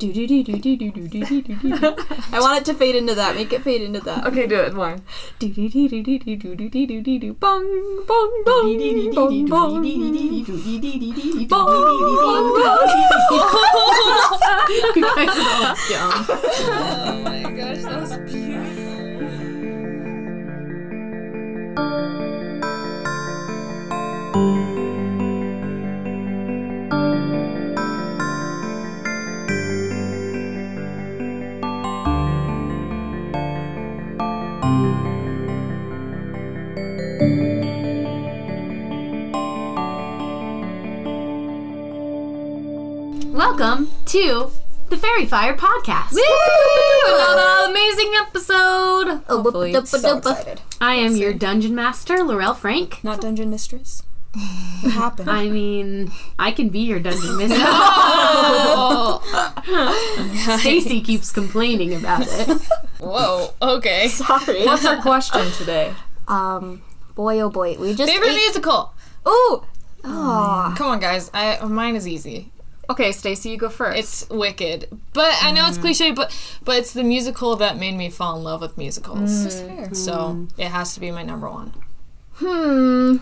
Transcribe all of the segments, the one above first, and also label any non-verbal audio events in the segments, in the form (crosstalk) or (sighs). Do do do do do do do do do do do. I want it to fade into that. Make it fade into that. Okay, do it. Why? Do do do do do do do do do do do do. Bong bong Uh, bong bong bong. Oh my gosh, that was beautiful. Welcome to the Fairy Fire Podcast. Another amazing episode. Hopefully. So excited. I am your dungeon master, Laurel Frank. Not (laughs) dungeon mistress. What happened? I mean, I can be your dungeon (laughs) mistress. Stacy keeps complaining about it. Whoa. (laughs) Okay. Sorry. What's our question today? Um, boy, oh boy, we just Favorite ate- musical. Ooh, oh, Come on, guys. I mine is easy. Okay, Stacy, you go first. It's Wicked, but I know Mm. it's cliche, but but it's the musical that made me fall in love with Mm. musicals. So it has to be my number one, hmm.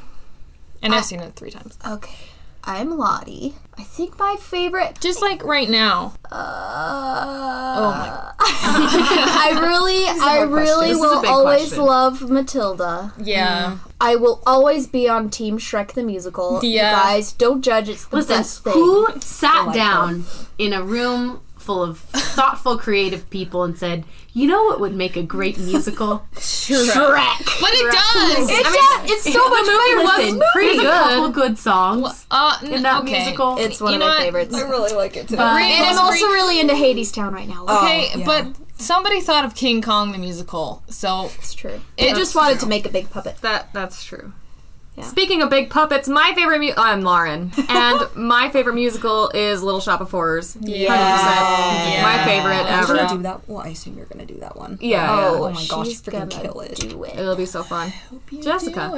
and I've seen it three times. Okay, I'm Lottie. I think my favorite. Just like right now. Uh, (laughs) Oh my. I really, I hard question. really This is a will big always question. love Matilda. Yeah. I will always be on Team Shrek the musical. Yeah. You guys, don't judge. It's the Listen, best thing. who sat down in a room full of thoughtful, creative people and said, you know what would make a great musical? Shrek. But it does. (laughs) It's, I mean, just- it's so much better. wasn't Listen, it? pretty good. a couple good songs uh, n- in that okay. musical. It's one You of know my what? favorites. really like it too. but- and I'm It's also great. really into Hades Town right now. Okay, yeah. but somebody thought of King Kong the musical, so It's true. It- I just wanted to make a big puppet. That that's true. Yeah. Speaking of big puppets, my favorite mu- I'm (laughs) Lauren, and my favorite musical is Little Shop of Horrors. Yeah. 100%. Yeah. my favorite Yeah. ever. Yeah. do that one. I assume you're gonna do that one. Yeah, Oh, yeah. my gosh, she's freaking gonna kill it. do it. it'll be so fun. Jessica.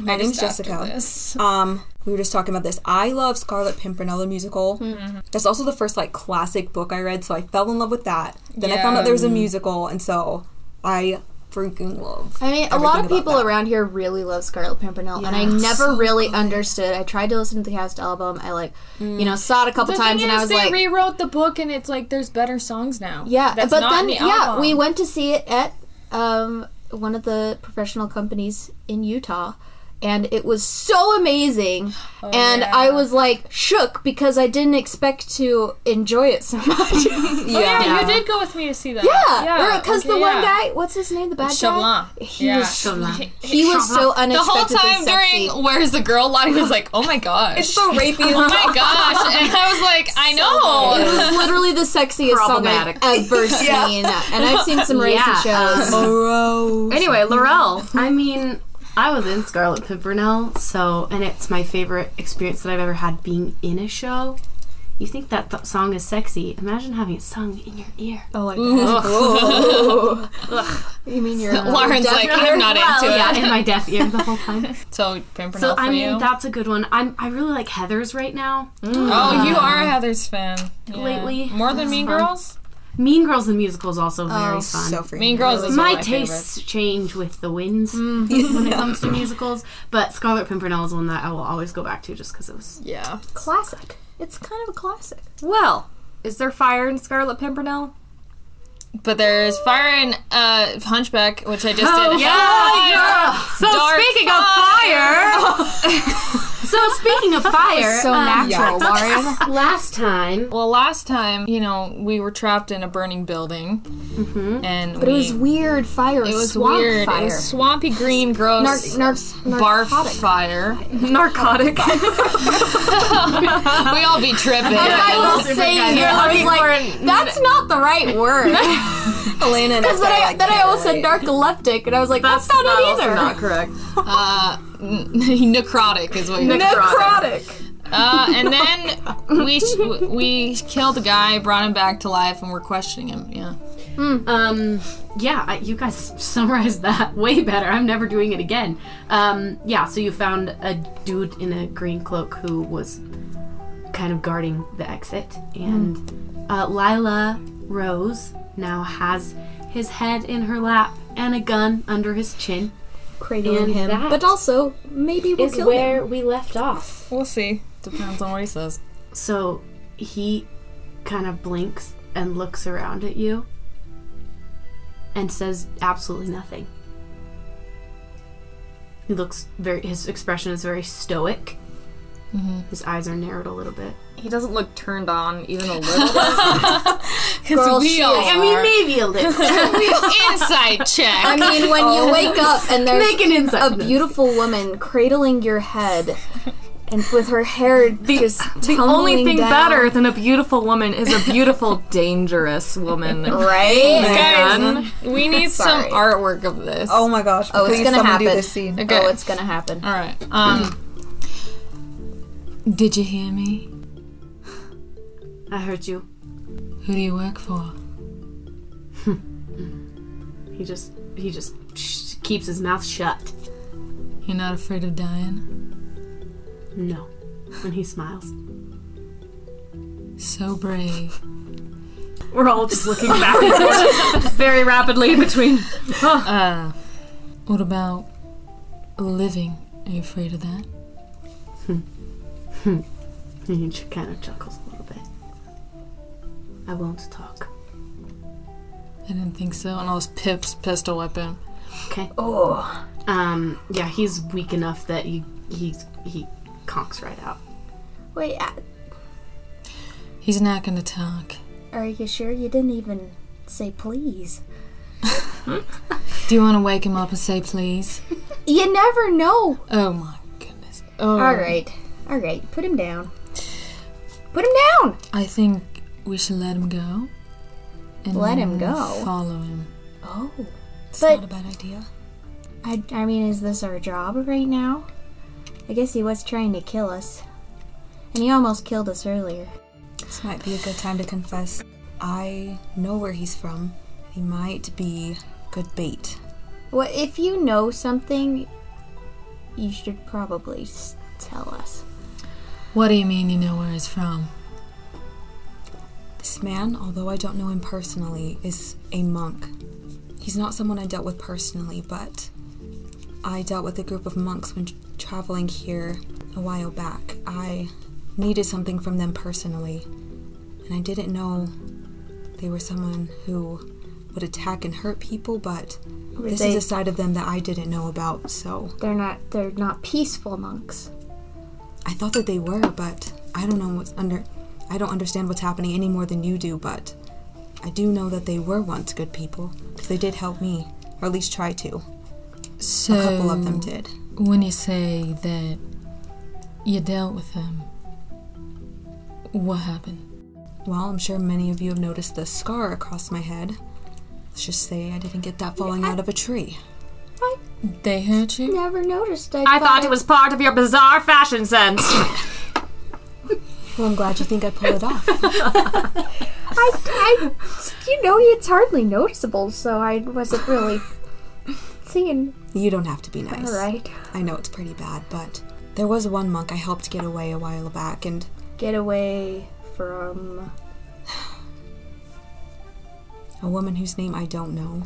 My name's Jessica. Um, we were just talking about this. I love Scarlet Pimpernel the musical. Mm-hmm. That's also the first like classic book I read, so I fell in love with that. Then I found Yeah. out there was a musical, and so I freaking love. I mean, a lot of everything about people that. around here really love Scarlet Pimpernel, and I never really understood. I tried to listen to the cast album. I like, you know, saw it a couple Mm. The times, thing and I is, was they like, rewrote the book, and it's like there's better songs now. yeah. That's but not then, in the yeah, album. we went to see it at um, one of the professional companies in Utah, and it was so amazing. and I Oh, yeah. was like shook because I didn't expect to enjoy it so (laughs) much. yeah, Oh, (laughs) yeah, Yeah. you did go with me to see that. yeah, because the okay, one yeah. guy, what's his name, the bad guy, Shyamalan. he yeah. was Shyamalan. he was so the whole unexpectedly time sexy. during "Where's the Girl," Lottie was like, "Oh my gosh, It's so rapey. (laughs) (laughs) oh my gosh," and I was like, "I It know." was literally the sexiest song I've Problematic. ever seen. And I've seen some racy Yeah, shows. Morose. Anyway, Laurel. I Mm-hmm. mean, I was in Scarlet Pimpernel, so and it's my favorite experience that I've ever had being in a show. You think that th- song is sexy? Imagine having it sung in your ear. oh, I Ooh. You mean you're (laughs) Lauren's like, "I'm not into yeah, it." in my deaf (laughs) ear the whole time. So Pimpernel so for I mean, you. that's a good one. I'm I really like Heather's right now. Uh, oh, you are a Heather's fan Yeah. Lately, more Oh, than Mean Uh-huh. fun. Girls. Mean Girls the musical is also very fun. So freaking. Mean Girls is my one of tastes change with the winds (laughs) when it comes to musicals, but Scarlet Pimpernel is one that I will always go back to just because it was. Yeah. classic. It's kind of a classic. Well, is there fire in Scarlet Pimpernel? But there's Fire and uh, Hunchback, which I just Oh, did. (laughs) Yeah, So Dark speaking of fire, (laughs) so speaking of fire, So um, (laughs) natural, Lauren. last time Well, last time, you know, we were trapped in a burning building, and Mm-hmm. But it we, was weird fire. it was swamp weird. Fire. It was swampy green, gross. Nar- nar- Barf narcotic. fire. (laughs) Narcotic. we all be tripping. I will say, here, I was like, that's not the right word. (laughs) Elena and Because then, I, like, then I can't also said relate. narcoleptic, and I was like, that's, not it also either. (laughs) not correct. uh, n- (laughs) necrotic is what you're. Necrotic. Uh, and then we sh- we killed the guy, brought him back to life, and we're questioning him. Yeah. um yeah I, you guys summarized (laughs) that way better i'm never doing it again um yeah so you found a dude in a green cloak who was kind of guarding the exit and uh, Lila Rose now has his head in her lap and a gun under his chin. cradling And him, that but also maybe we'll Is kill him. where we left off. We'll see. Depends on what he says. So he kind of blinks and looks around at you and says absolutely nothing. He looks very, his expression is very stoic. Mm-hmm. His eyes are narrowed a little bit. He doesn't look turned on even (laughs) a little bit. Girl, we she- all I I mean, maybe a (laughs) little. Inside check. I mean, when you wake up and there's Make an insight a check. beautiful woman cradling your head, and with her hair just the tumbling only thing down. better than a beautiful woman is a beautiful, (laughs) dangerous woman. right? Guys, we need some Sorry. artwork of this. Oh my gosh! Oh, it's please gonna someone happen. do this scene. Okay. Oh, it's gonna happen. All right. Um. Did you hear me? I heard you. Who do you work for? He just, he just sh- keeps his mouth shut. You're not afraid of dying. No. And he smiles. So brave. We're all just looking back and forth (laughs) very rapidly in between. Uh. What about living? Are you afraid of that? And Hmm. (laughs) he kind of chuckles a little bit. I won't talk. I didn't think so. And all this Pip's pistol weapon. Okay. Oh. Um. Yeah, he's weak enough that he he he conks right out. Wait, uh, He's not gonna talk. are you sure you didn't even say please? (laughs) Do you want to wake him up and say please? You never know. Oh my goodness. Oh. All right, all right, put him down. Put him down. I think we should let him go. And Let him go? Follow him. Oh, It's But- not a bad idea. I, I mean, is this our job right now? I guess he was trying to kill us, and he almost killed us earlier. This might be a good time to confess. I know where he's from. He might be good bait. Well, if you know something, you should probably s- tell us. What do you mean you know where he's from? This man, although I don't know him personally, is a monk. He's not someone I dealt with personally, but I dealt with a group of monks when traveling here a while back. I needed something from them personally, and I didn't know they were someone who would attack and hurt people, but this they- is a side of them that I didn't know about, so They're not they're not peaceful monks. I thought that they were, but I don't know what's under. I don't understand what's happening any more than you do, but I do know that they were once good people because they did help me, or at least try to. So A couple of them did. When you say that you dealt with him, what happened? Well, I'm sure many of you have noticed the scar across my head. Let's just say I didn't get that falling out of a tree. They hurt you? Never noticed. I thought it was part of your bizarre fashion sense. Well, I'm glad you think I pulled it off. I, I- you know, it's hardly noticeable, so I wasn't really seeing. You don't have to be nice. All right, I know it's pretty bad, but there was one monk I helped get away a while back, and get away from. A woman whose name I don't know.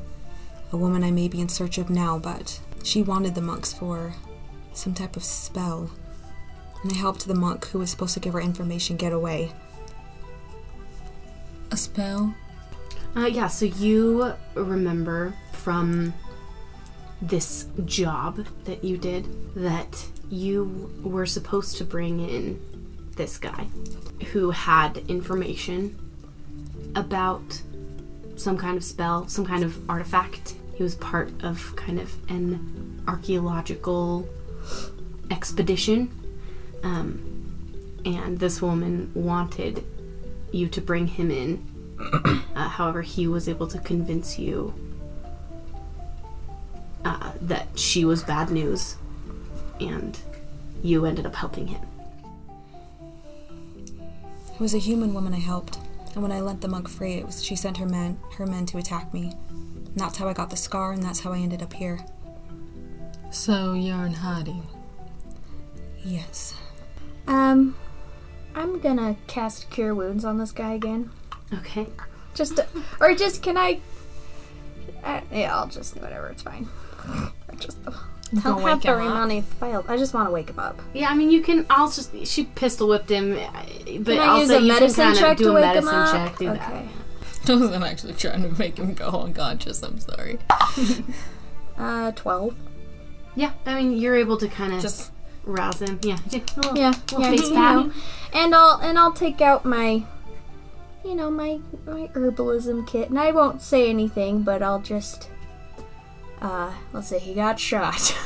A woman I may be in search of now, but she wanted the monks for some type of spell. And I helped the monk who was supposed to give her information get away. A spell? Uh, yeah. So you remember from this job that you did that you were supposed to bring in this guy who had information about some kind of spell, some kind of artifact. He was part of kind of an archaeological expedition. Um, and this woman wanted you to bring him in. uh, however, he was able to convince you uh, that she was bad news, and you ended up helping him. It was a human woman I helped, and when I let the monk free, it was she sent her men her men to attack me. And that's how I got the scar, and that's how I ended up here. (coughs) So you're in hiding. Yes. Um, I'm gonna cast Cure Wounds on this guy again. Okay. Just, or just can I? Uh, yeah, I'll just whatever. It's fine. (laughs) I just don't have wake the him up. Rimani filed. I just want to wake him up. Yeah, I mean, you can. I'll just. She pistol whipped him, I- but Can I also use a you medicine can kind check of do to a wake him medicine up? check. Do that. okay. (laughs) I wasn't actually trying to make him go unconscious. I'm sorry. Uh, twelve. Yeah, I mean, you're able to kind of Just- (laughs) rouse him. Yeah. do a little- Yeah, little yeah, face you pat. know. And I'll and I'll take out my, you know, my my herbalism kit, and I won't say anything, but I'll just, uh, let's say he got shot.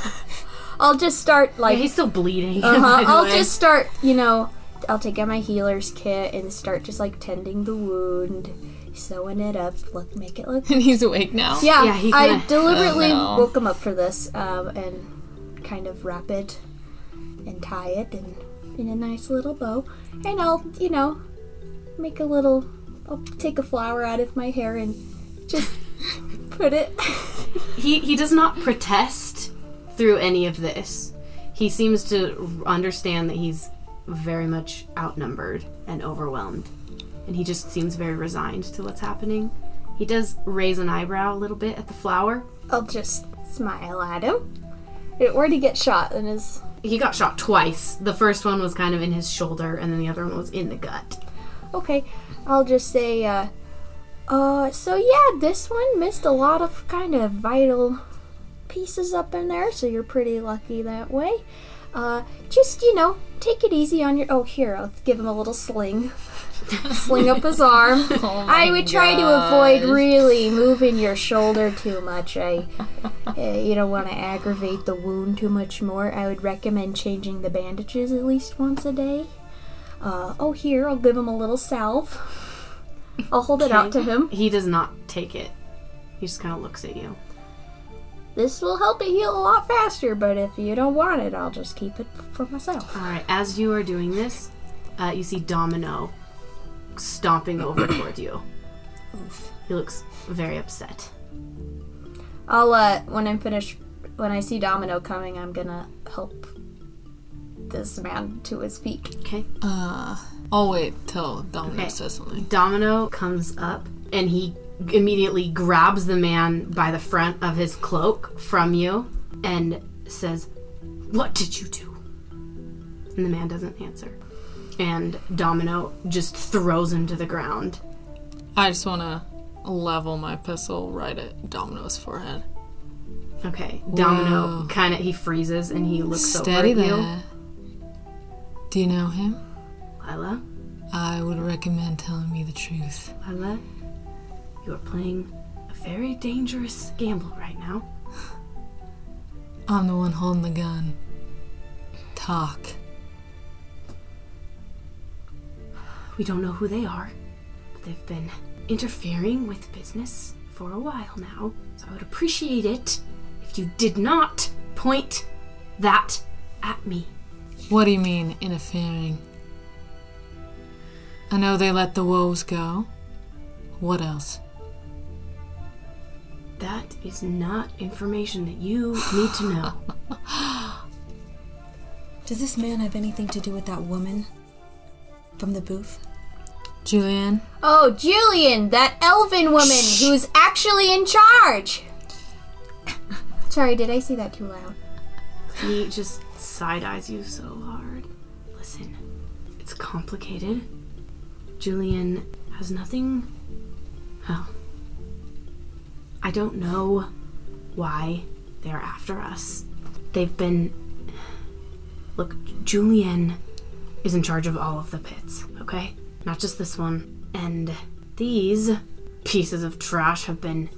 (laughs) I'll just start Yeah, like he's still bleeding. by Uh-huh. the I'll way. just start, you know, I'll take out my healer's kit and start just like tending the wound, sewing it up, look, make it look. And he's awake now. Yeah, Yeah, he I kinda- deliberately Oh, no. woke him up for this um, and kind of wrap it and tie it and in a nice little bow. And I'll, you know, make a little. I'll take a flower out of my hair and (laughs) just put it. he he does not protest through any of this. He seems to understand that he's very much outnumbered and overwhelmed, and he just seems very resigned to what's happening. He does raise an eyebrow a little bit at the flower. I'll just smile at him. Where'd he get shot in his He got shot twice. The first one was kind of in his shoulder, and then the other one was in the gut. Okay, I'll just say, uh, uh, so yeah, this one missed a lot of kind of vital pieces up in there, so you're pretty lucky that way. Uh, just, you know, take it easy on your. Oh, here, I'll give him a little sling. (laughs) sling up his arm. I would try to avoid really moving your shoulder too much. I, uh, you don't want to aggravate the wound too much more. I would recommend changing the bandages at least once a day. Uh, oh, here, I'll give him a little salve. I'll hold it out to him. He does not take it. He just kind of looks at you. This will help it heal a lot faster, but if you don't want it, I'll just keep it for myself. All right. As you are doing this, uh, you see Domino stomping over toward you. He looks very upset. I'll, uh, when I'm finished, when I see Domino coming, I'm gonna help this man to his feet. Okay. Uh, I'll wait till Domino Okay. says something. Domino comes up and he immediately grabs the man by the front of his cloak from you and says, What did you do? And the man doesn't answer. And Domino just throws him to the ground. I just want to level my pistol right at Domino's forehead. Okay. Domino kind of he freezes and he looks Steady over at you. there. Do you know him? Lila, I would recommend telling me the truth. Lila, you are playing a very dangerous gamble right now. I'm the one holding the gun. Talk. We don't know who they are, but they've been interfering with business for a while now. So I would appreciate it if you did not point that at me. What do you mean, interfering? I know they let the wolves go. What else? That is not information that you need to know. Does this man have anything to do with that woman from the booth? Julianne? Oh, Julian, that elven woman who's actually in (laughs) charge! Sorry, did I say that too loud? he just side eyes you so hard. Listen, it's complicated. Julian has nothing. Well, I don't know why they're after us. They've been. Look, Julian is in charge of all of the pits, okay? Not just this one. And these pieces of trash have been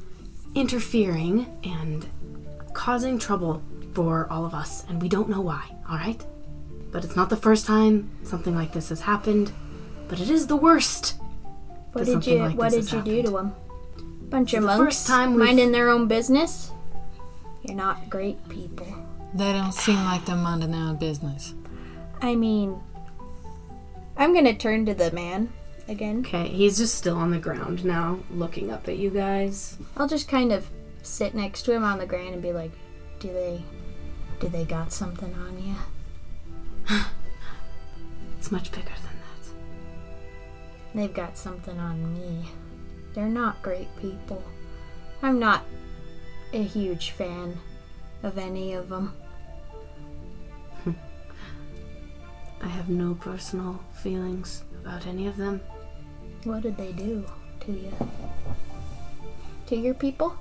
interfering and causing trouble for all of us, and we don't know why, alright? But it's not the first time something like this has happened, but it is the worst. What that did something you like What this did you has do to him? Bunch of The monks first time we've- minding their own business. You're not great people. They don't seem like they're minding their own business. I mean, I'm gonna turn to the man again. Okay, he's just still on the ground now, looking up at you guys. I'll just kind of sit next to him on the ground and be like, "Do they, do they got something on you?" It's much bigger than that. They've got something on me. They're not great people. I'm not a huge fan of any of them. I have no personal feelings about any of them. What did they do to you? To your people?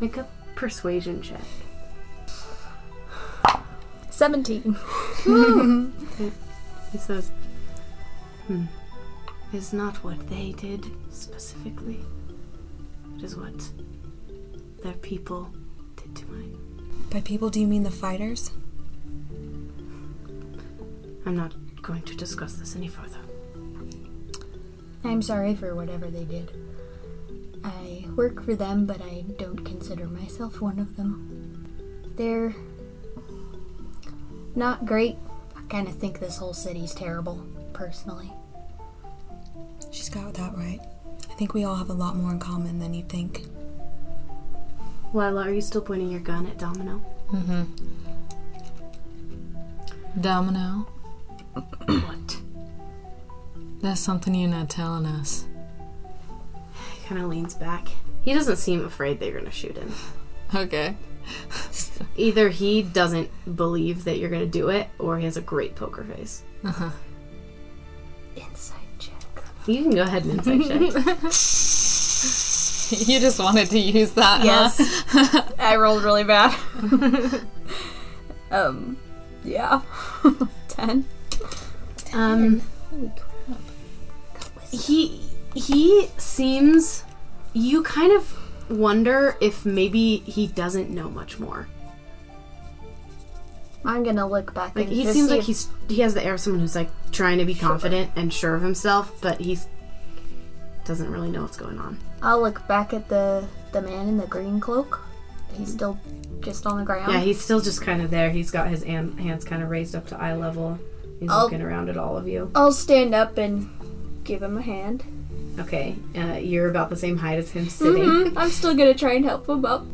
Make a persuasion check. 17. He says, hmm, it's not what they did specifically. It is what their people did to mine. By people, do you mean the fighters? I'm not going to discuss this any further. I'm sorry for whatever they did. I work for them, but I don't consider myself one of them. They're not great. I kind of think this whole city's terrible, personally. She's got that right. I think we all have a lot more in common than you think. Lila, are you still pointing your gun at Domino? Domino, what? that's something you're not telling us. He kind of leans back. He doesn't seem afraid they're going to shoot him. Okay. (laughs) Either he doesn't believe that you're going to do it, or he has a great poker face. Inside check. You can go ahead and insight (laughs) check. you just wanted to use that, huh? I rolled really bad. um, yeah. 10. Um, he he seems. You kind of wonder if maybe he doesn't know much more. I'm gonna look back Like and he just seems see like if- he's he has the air of someone who's like trying to be confident and sure of himself, but he's doesn't really know what's going on. I'll look back at the the man in the green cloak. He's still just on the ground. Mm-hmm. Yeah, he's still just kind of there. He's got his an- hands kind of raised up to eye level. He's I'll- looking around at all of you. I'll stand up and give him a hand. (laughs) Okay, uh, you're about the same height as him sitting. Mhm, I'm still gonna try and help him up.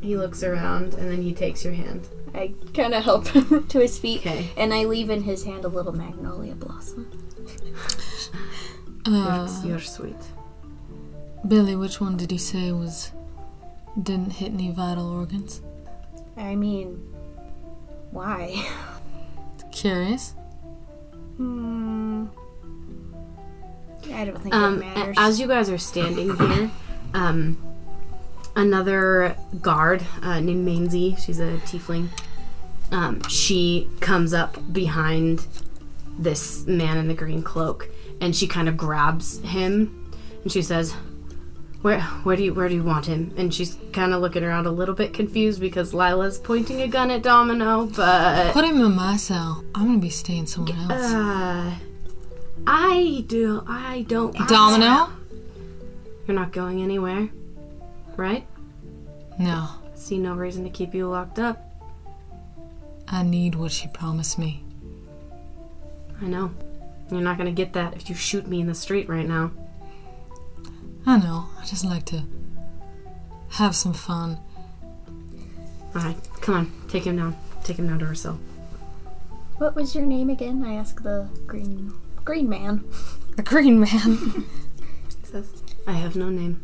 He looks around and then he takes your hand. I kind of help (laughs) him to his feet, Okay. and I leave in his hand a little magnolia blossom. Uh, you're sweet. Billy, which one did he say was didn't hit any vital organs? I mean, why? (laughs) Curious. Hmm. I don't think Um, it matters. as you guys are standing here, um, another guard uh, named Mainsy, she's a tiefling, um, she comes up behind this man in the green cloak and she kind of grabs him and she says, where, where do you where do you want him? And she's kind of looking around a little bit confused because Lila's pointing a gun at Domino, but Put him in my cell. I'm gonna be staying somewhere else. uh, I do I don't Domino? You're not going anywhere, right? No. See no reason to keep you locked up. I need what she promised me. I know. You're not gonna get that if you shoot me in the street right now. I know. I just like to have some fun. Alright, come on, take him down. Take him down to her cell. what was your name again? I asked the green green man. The (laughs) green man. He says, I have no name.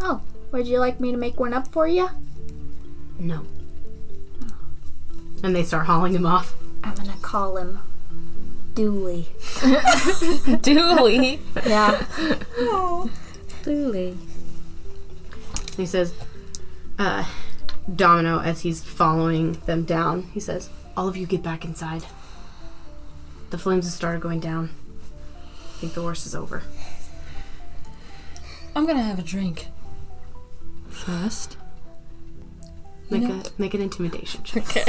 Oh, would you like me to make one up for you? No. And they start hauling him off. I'm gonna call him Dooley. Dooley. Yeah. (laughs) Lily. He says, uh, Domino, as he's following them down, he says, All of you get back inside. The flames have started going down. I think the worst is over. I'm gonna have a drink. First. Make a make an intimidation check. Okay.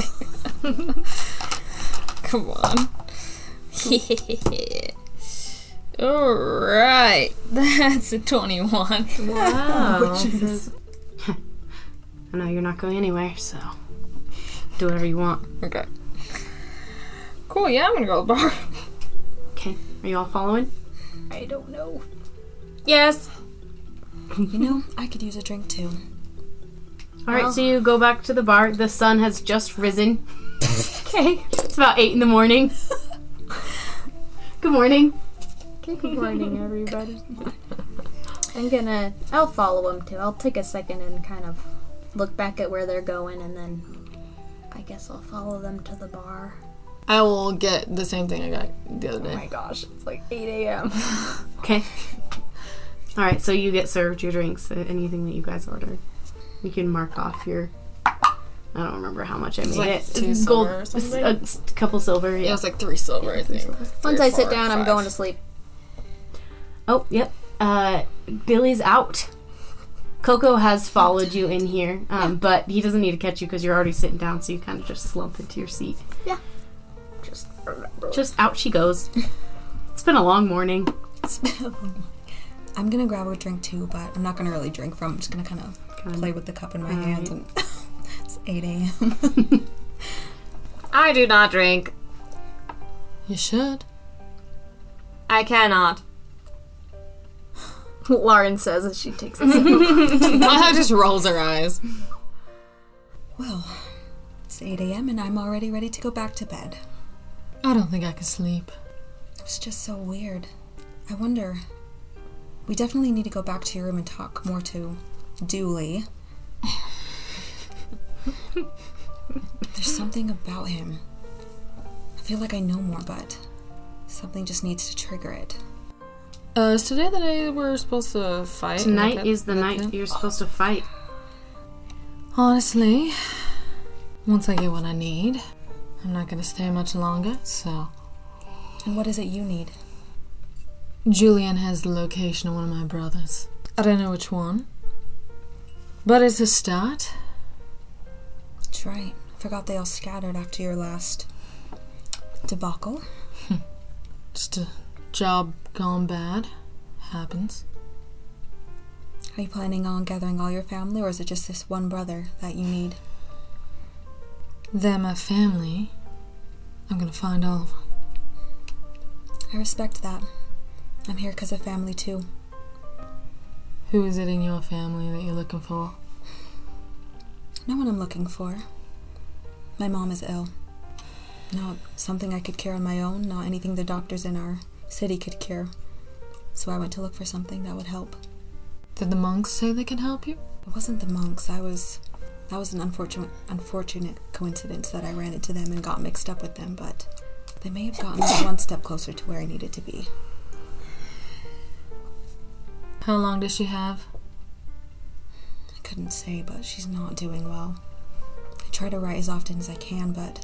Come on. (laughs) Alright. That's a 21. I know you're not going anywhere, so do whatever you want. Okay. Cool, yeah, I'm gonna go to the bar. Okay, are you all following? I don't know. Yes. You know, I could use a drink too. All right, so you go back to the bar. The sun has (laughs) (laughs) just risen. okay, it's about eight in the morning. Good Good morning. Good morning, everybody. I'm gonna. I'll follow them too. I'll take a second and kind of look back at where they're going, and then I guess I'll follow them to the bar. I will get the same thing I got the other Oh day. my gosh, it's like 8 a.m. Okay. (laughs) All right, so you get served your drinks, uh, anything that you guys ordered. You can mark off your. I don't remember how much I made like it. two It's silver or it's something? A s- couple silver. It Yeah. was like three silver, I think. Once Three, I sit four, down, I'm five. going to sleep. Oh, yep. Uh, Billy's out. Coco has followed you in here, um, but he doesn't need to catch you because you're already sitting down, so you kind of just slump into your seat. Just remember. Just out she goes. (laughs) it's been a long morning. I'm gonna grab a drink too, but I'm not gonna really drink from. I'm just gonna kind of play with the cup in my hand. And (laughs) it's 8 a.m. I do not drink. You should. I cannot. (laughs) Lauren says as she takes a sip. Maha just rolls her eyes. Well, it's 8 a.m. and I'm already ready to go back to bed. I don't think I can sleep. It was just so weird. I wonder. We definitely need to go back to your room and talk more to Dooley. There's something about him. I feel like I know more, but something just needs to trigger it. Uh, is today the day we're supposed to fight? Tonight Like, is the like, night yeah? you're supposed to fight. Honestly, once I get what I need, I'm not gonna stay much longer, so. And what is it you need? Julian has the location of one of my brothers. I don't know which one. But it's a start. That's right. I forgot they all scattered after your last debacle. Just a job gone bad. Happens. Are you planning on gathering all your family, or is it just this one brother that you need? They're my family. I'm gonna find all of them. I respect that. I'm here because of family too. Who is it in your family that you're looking for? Know what I'm looking for. My mom is ill. Not something I could cure on my own, not anything the doctors in our city could cure. So I went to look for something that would help. Did the monks say they could help you? It wasn't the monks. I was. That was an unfortunate, unfortunate coincidence that I ran into them and got mixed up with them, but they may have gotten me one step closer to where I needed to be. How long does she have? I couldn't say, but she's not doing well. I try to write as often as I can, but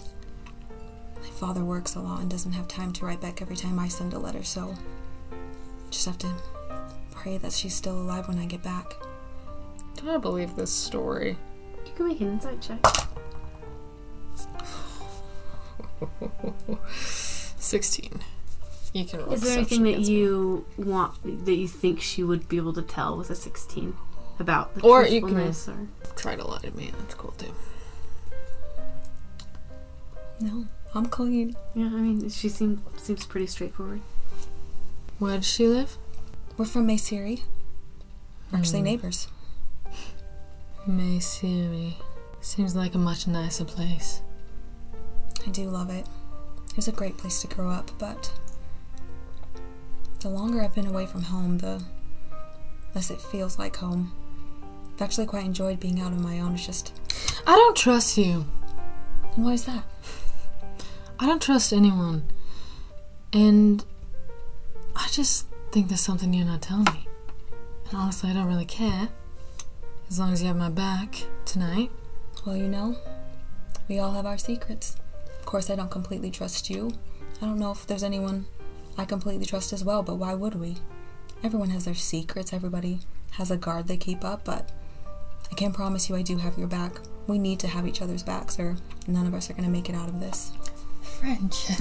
my father works a lot and doesn't have time to write back every time I send a letter, so just have to pray that she's still alive when I get back. Do I believe this story? You can make an insight check. 16. You can roll Is there anything that you want that you think she would be able to tell with a sixteen about the Or you can- truthfulness or- Try to lie to me. That's cool too. No, I'm clean. yeah, I mean, she seems seems pretty straightforward. Where does she live? Hmm. We're from Maysiri. We're actually neighbors. Maysiri. Seems like a much nicer place. I do love it. It was a great place to grow up, but the longer I've been away from home, the less it feels like home. I've actually quite enjoyed being out on my own. It's just, I don't trust you. why is that? I don't trust anyone. And I just think there's something you're not telling me. And honestly, I don't really care. As long as you have my back tonight. Well, you know, we all have our secrets. Of course, I don't completely trust you. I don't know if there's anyone I completely trust as well, but why would we? Everyone has their secrets, everybody has a guard they keep up, but I can promise you I do have your back. We need to have each other's backs, or none of us are going to make it out of this. Friendship.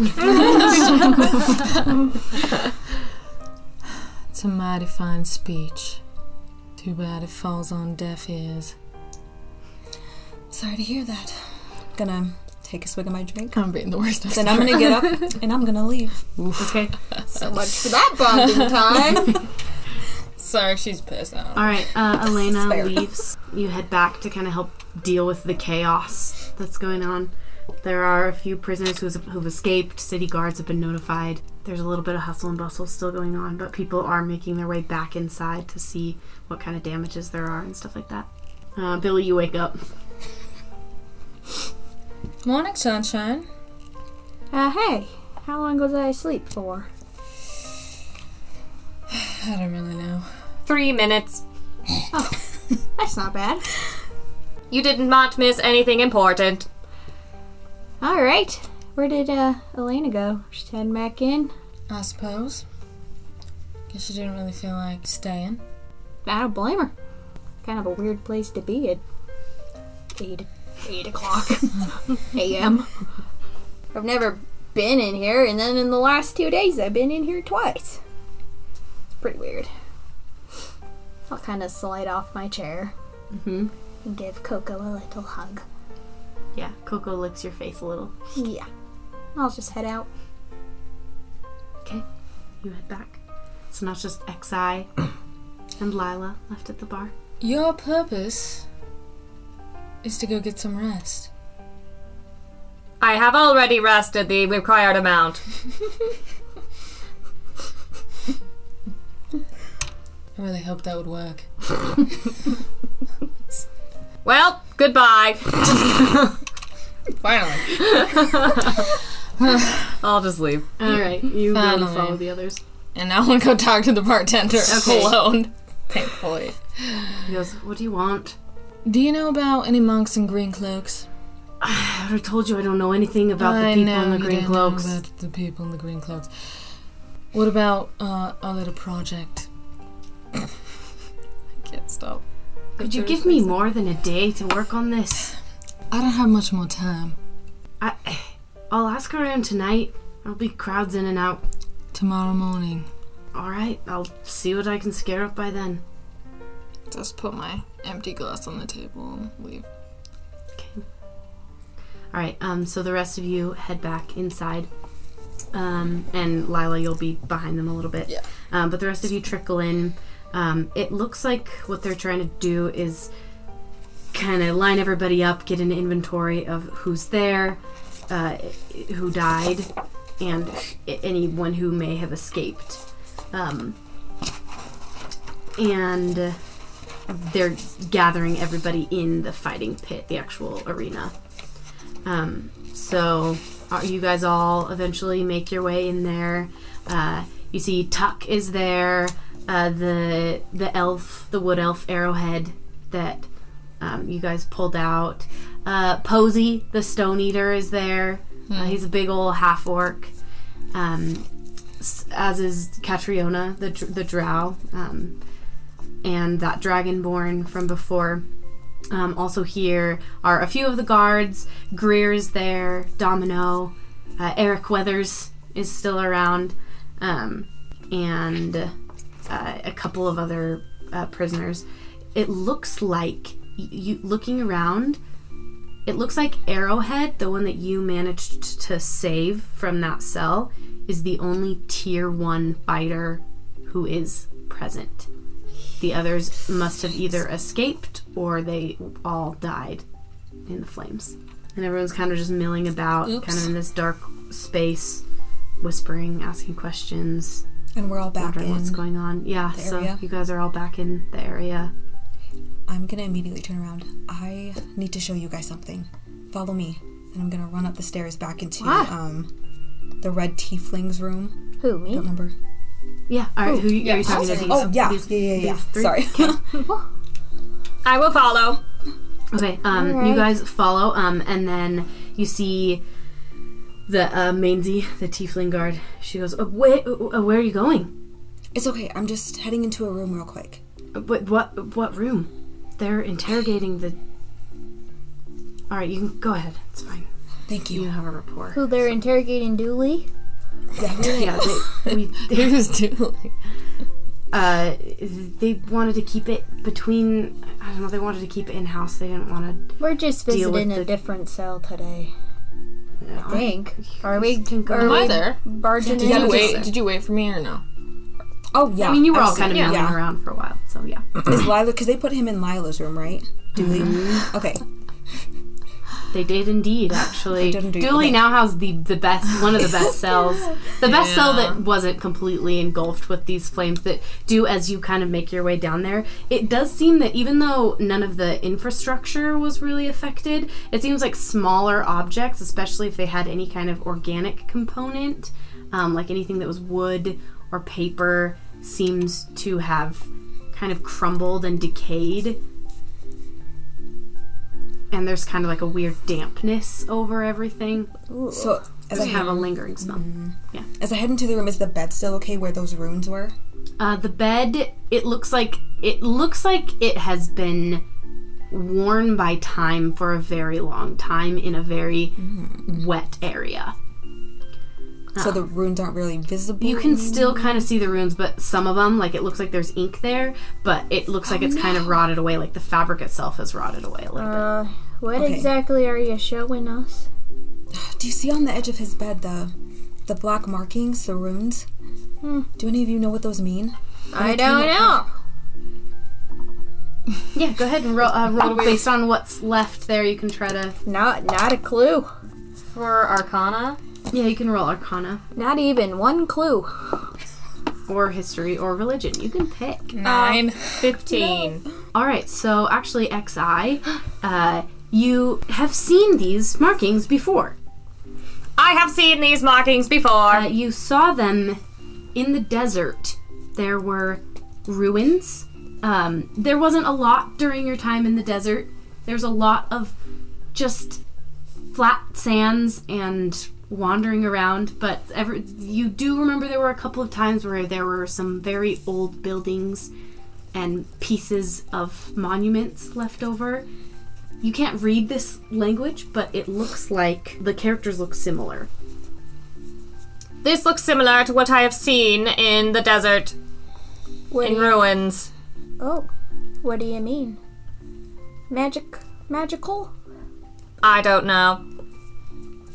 it's a mighty fine speech. Too bad it falls on deaf ears. Sorry to hear that. Gonna take a swig of my drink. I'm being the worst. Then I'm gonna (laughs) get up and I'm gonna leave. Okay. so much for that (laughs) bonding time. (laughs) Sorry, she's pissed out. All right, (laughs) uh, Elena Fair. leaves. You head back to kind of help deal with the chaos that's going on. There are a few prisoners who's, who've escaped. City guards have been notified. There's a little bit of hustle and bustle still going on, but people are making their way back inside to see what kind of damages there are and stuff like that. Uh, Billy, you wake up. Morning, sunshine. Uh, hey, how long was I asleep for? I don't really know. (laughs) Three minutes. That's not bad. You did not miss anything important. All right, where did uh, Elena go? She's heading back in. I suppose. Guess she didn't really feel like staying. I don't blame her. Kind of a weird place to be at eight eight (laughs) o'clock a.m. I've never been in here, and then in the last two days, I've been in here twice. It's pretty weird. I'll kind of slide off my chair Mm-hmm. and give Coco a little hug. Yeah, Coco licks your face a little. Yeah, I'll just head out. You head back. So now it's just Xi and Lila left at the bar. Your purpose is to go get some rest. I have already rested the required amount. I really hope that would work. Well, goodbye. Finally. I'll just leave. All right, you Finally. really follow the others. And I want to go talk to the bartender alone. Thankfully. He goes, "What do you want?" (sighs) Do you know about any monks in green cloaks? I already told you I don't know anything about the people in the you green don't know cloaks. about the people in the green cloaks. What about uh, our little (coughs) project? I can't stop. Could you give me more than a day to work on this? I don't have much more time. I, I'll ask around tonight. There'll be crowds in and out. Tomorrow morning. All right, I'll see what I can scare up by then. Just put my empty glass on the table and (laughs) leave. All right, um, so the rest of you head back inside. Um, and Lila, you'll be behind them a little bit. Yeah. Um, but the rest of you trickle in. Um, it looks like what they're trying to do is kind of line everybody up, get an inventory of who's there, uh, who died, and anyone who may have escaped. Um, and they're gathering everybody in the fighting pit, the actual arena. Um, so uh, you guys all eventually make your way in there. Uh, you see Tuck is there, uh, the the elf, the wood elf arrowhead that um, you guys pulled out. Uh, Posey, the stone eater, is there. Uh, he's a big old half orc. Um, s- as is Catriona, the dr- the drow, um, and that dragonborn from before. Um, also here are a few of the guards. Greer is there. Domino. Uh, Eric Weathers is still around, um, and uh, a couple of other uh, prisoners. It looks like y- you looking around. It looks like Arrowhead, the one that you managed to save from that cell, is the only tier one fighter who is present. The others must have either escaped or they all died in the flames. And everyone's kind of just milling about, Oops. kind of in this dark space, whispering, asking questions, And we're all back wondering what's in. going on. Yeah, the so area. you guys are all back in the area. I'm gonna immediately turn around. I need to show you guys something. Follow me. And I'm gonna run up the stairs back into What? um the red tiefling's room. Who Don't me? remember. Yeah, all right, who are you talking to? Oh, These, yeah. these- yeah, yeah, yeah. these three? Sorry. I will follow. Okay, um, you Alright. guys follow, um, and then you see the uh, Mainsy, the tiefling guard. She goes, uh, wait, uh, where are you going? (laughs) it's okay. I'm just heading into a room real quick. Uh, What, what, what room? They're interrogating the... All right, you can go ahead. It's fine. Thank You you. have a rapport. Who they're interrogating Dooley? Yeah, they, (laughs) we, It was too late. uh, they wanted to keep it between. I don't know. They wanted to keep it in house. They didn't want to. We're just Deal with visiting a the- different cell today. uh, I think. Are we? can go. Are Am Am I we there? barging Did in? you wait- Did you wait for me or no? (laughs) Oh yeah. I mean, you were I've all seen kind of it. milling yeah. around for a while, so yeah. Is Lila? Because they put him in Lila's room, right? Dooley. Okay. They did indeed, actually. did indeed. Dooley Okay. now has the, the best, one of the best cells. The best cell that wasn't completely engulfed with these flames that do as you kind of make your way down there. It does seem that even though none of the infrastructure was really affected, it seems like smaller objects, especially if they had any kind of organic component, um, like anything that was wood or paper, seems to have kind of crumbled and decayed and there's kind of like a weird dampness over everything. So as I, Doesn't have a lingering smell. as I head into the room, is the bed still okay where those runes were? Uh, the bed, it looks like it looks like it has been worn by time for a very long time in a very wet area. So the runes aren't really visible. Uh-uh. You can still kind of see the runes, but some of them, like it looks like there's ink there, but it looks like it's kind of rotted away. Like the fabric itself has rotted away a little bit. Uh, what Okay. exactly are you showing us? Do you see on the edge of his bed the the black markings, the runes? Do any of you know what those mean? I don't know. Yeah, go ahead and roll, uh, roll based on what's left there. You can try to. Not not a clue. For Arcana, Yeah, you can roll Arcana Not even one clue. or History or Religion. You can pick. Nine. 15. All right, so actually, XI, (gasps) uh, you have seen these markings before. I have seen these markings before. Uh, you saw them in the desert. There were ruins. Um, there wasn't a lot during your time in the desert. There's a lot of just flat sands and wandering around, but ever, you do remember there were a couple of times where there were some very old buildings and pieces of monuments left over. You can't read this language, but it looks like the characters look similar. this looks similar to what I have seen in the desert, What in do you- ruins. oh, what do you mean? Magic, magical? I don't know.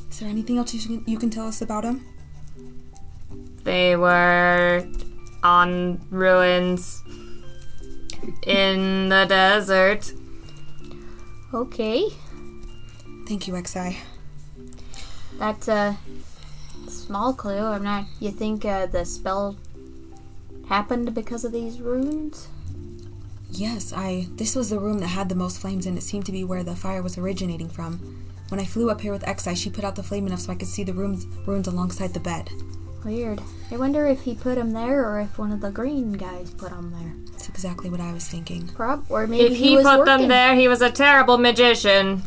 Is there anything else you can, you can tell us about them? They were on ruins in the desert. Okay, Thank you, Xi. that's a small clue. I'm not. You think uh, the spell happened because of these runes? Yes, I. This was the room that had the most flames, and it seemed to be where the fire was originating from. When I flew up here with Xi, she put out the flame enough so I could see the rooms, ruins alongside the bed. Weird. I wonder if he put him there or if one of the green guys put him there. That's exactly what I was thinking. Prob or maybe If he, was put working. them there, he was a terrible magician.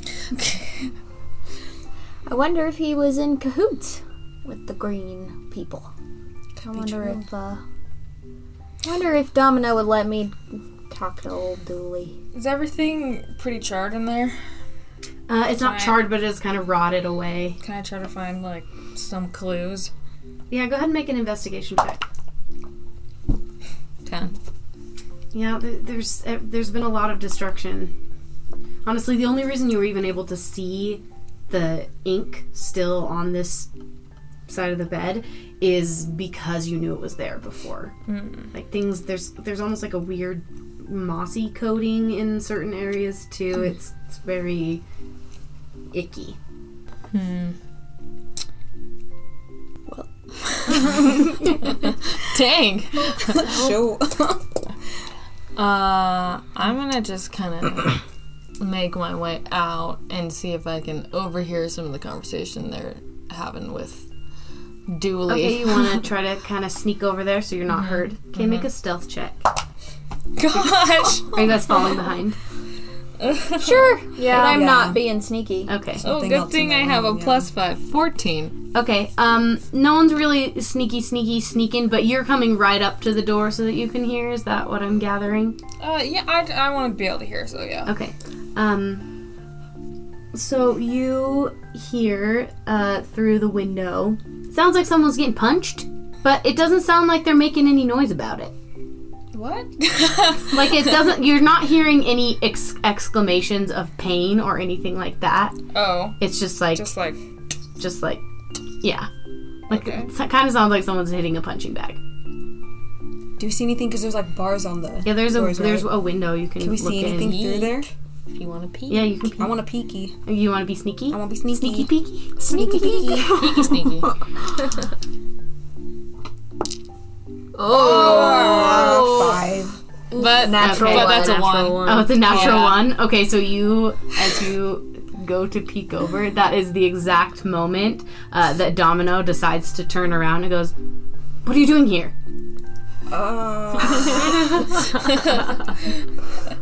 I wonder if he was in cahoots with the green people. I Could be wonder true. if uh I wonder if Domino would let me talk to old Dooley. Is everything pretty charred in there? Uh, it's not Right. charred, but it is kind of rotted away. Can I try to find like some clues? Yeah, go ahead and make an investigation check. Ten. Yeah, th- there's uh, there's been a lot of destruction. Honestly, the only reason you were even able to see the ink still on this side of the bed is because you knew it was there before. Like things, there's there's almost like a weird mossy coating in certain areas too. It's it's very icky. Dang. Sure. Uh, I'm gonna just kind of (coughs) make my way out and see if I can overhear some of the conversation they're having with Dooley. Okay, (laughs) you (laughs) want to try to kind of sneak over there so you're not heard. Okay, make a stealth check. Gosh. Oh, Are you guys falling behind? Sure. Yeah. But I'm Yeah. not being sneaky. Okay. Oh, Something good else thing in I that have a room, yeah. plus five. Fourteen. Okay. Um, no one's really sneaky, sneaky, sneaking, but you're coming right up to the door so that you can hear. Is that what I'm gathering? Uh, yeah, I, I want to be able to hear, so yeah. Okay. Um, so you hear uh, through the window. Sounds like someone's getting punched, but it doesn't sound like they're making any noise about it. What? (laughs) Like it doesn't. You're not hearing any ex- exclamations of pain or anything like that. oh, It's just like just like just like yeah like Okay. it kind of sounds like someone's hitting a punching bag (laughs) Do you see anything? Because there's like bars on the. yeah there's a doors, there's right? a window you can, Can we look see in anything through there? If you want to peek. Yeah, you can. I want a peeky. You want to be sneaky? I want to be sneaky. Sneaky peeky. Sneaky peeky. Sneaky, sneaky. (laughs) Five. Oh. But, Natural but one, that's a natural one. one. Oh, it's a natural Yeah. one. Okay, so you, as you go to peek over, that is the exact moment uh, that Domino decides to turn around and goes, "What are you doing here?" Uh. (laughs)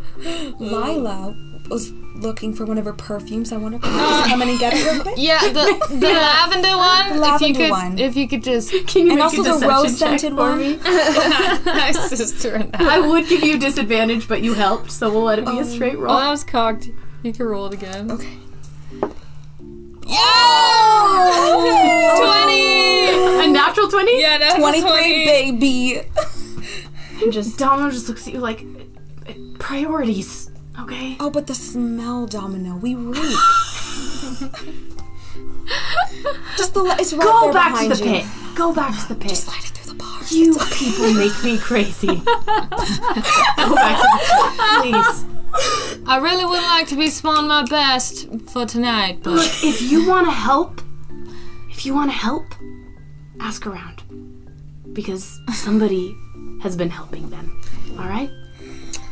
Lila was looking for one of her perfumes. I wonder if I can just come in and get it real quick. Yeah, the, the lavender one. if you lavender could, one. if you could just, (laughs) Can you (laughs) And make also a the deception rose check scented for one. (laughs) me? my sister and that. I would give you disadvantage, but you helped, so we'll let it be a straight roll. Oh, that was cocked. You can roll it again. Okay. Oh, (laughs) Twenty. a natural twenty. Oh. Yeah, that's Twenty-three, twenty. baby. And just Domino just looks at you like priorities. Okay. Oh, but the smell, Domino. (laughs) We reek. Just the li- it's right Go there back to behind the you. pit. Go back to the pit. Slide it through the bars. you people make me crazy. Go back to the pit, please. I really would like to be spawned my best for tonight, but Look, if you want to help, if you want to help, ask around. Because somebody has been helping them. All right?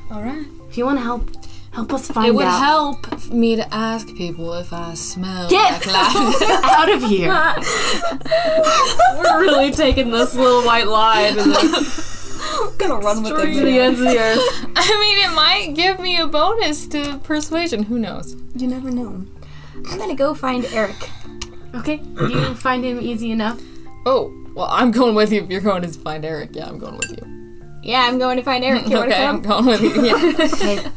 All right. If you want to help, help us find it would out. help me to ask people if I smell Get like lavender. out of here. We're really taking this little white lie to the, gonna run with it. to the ends of the earth. (laughs) I mean, it might give me a bonus to persuasion. Who knows? You never know. I'm gonna go find Eric. Okay? You find him easy enough? Oh, well, I'm going with you. If you're going to find Eric, yeah, I'm going with you. Yeah, I'm going to find Eric. You wanna okay, I'm come? going with you. Yeah.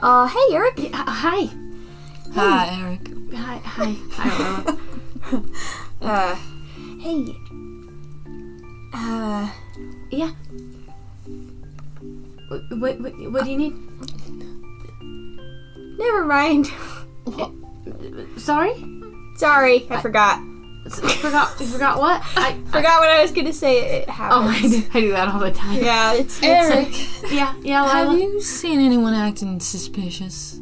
Uh, hey Eric. Uh, hi. (laughs) Hi, Eric. Hi. Hi. Hi, Roma. Uh, hey. Uh, Yeah. What, what, what do you need? never mind. (laughs) Sorry? Sorry, I forgot. S- forgot forgot what? I, Forgot what I was gonna say. It, it oh, happened. I (laughs) do, I do that all the time. Yeah, Yeah, it's, it's Eric, yeah, have Lila. you seen anyone acting suspicious?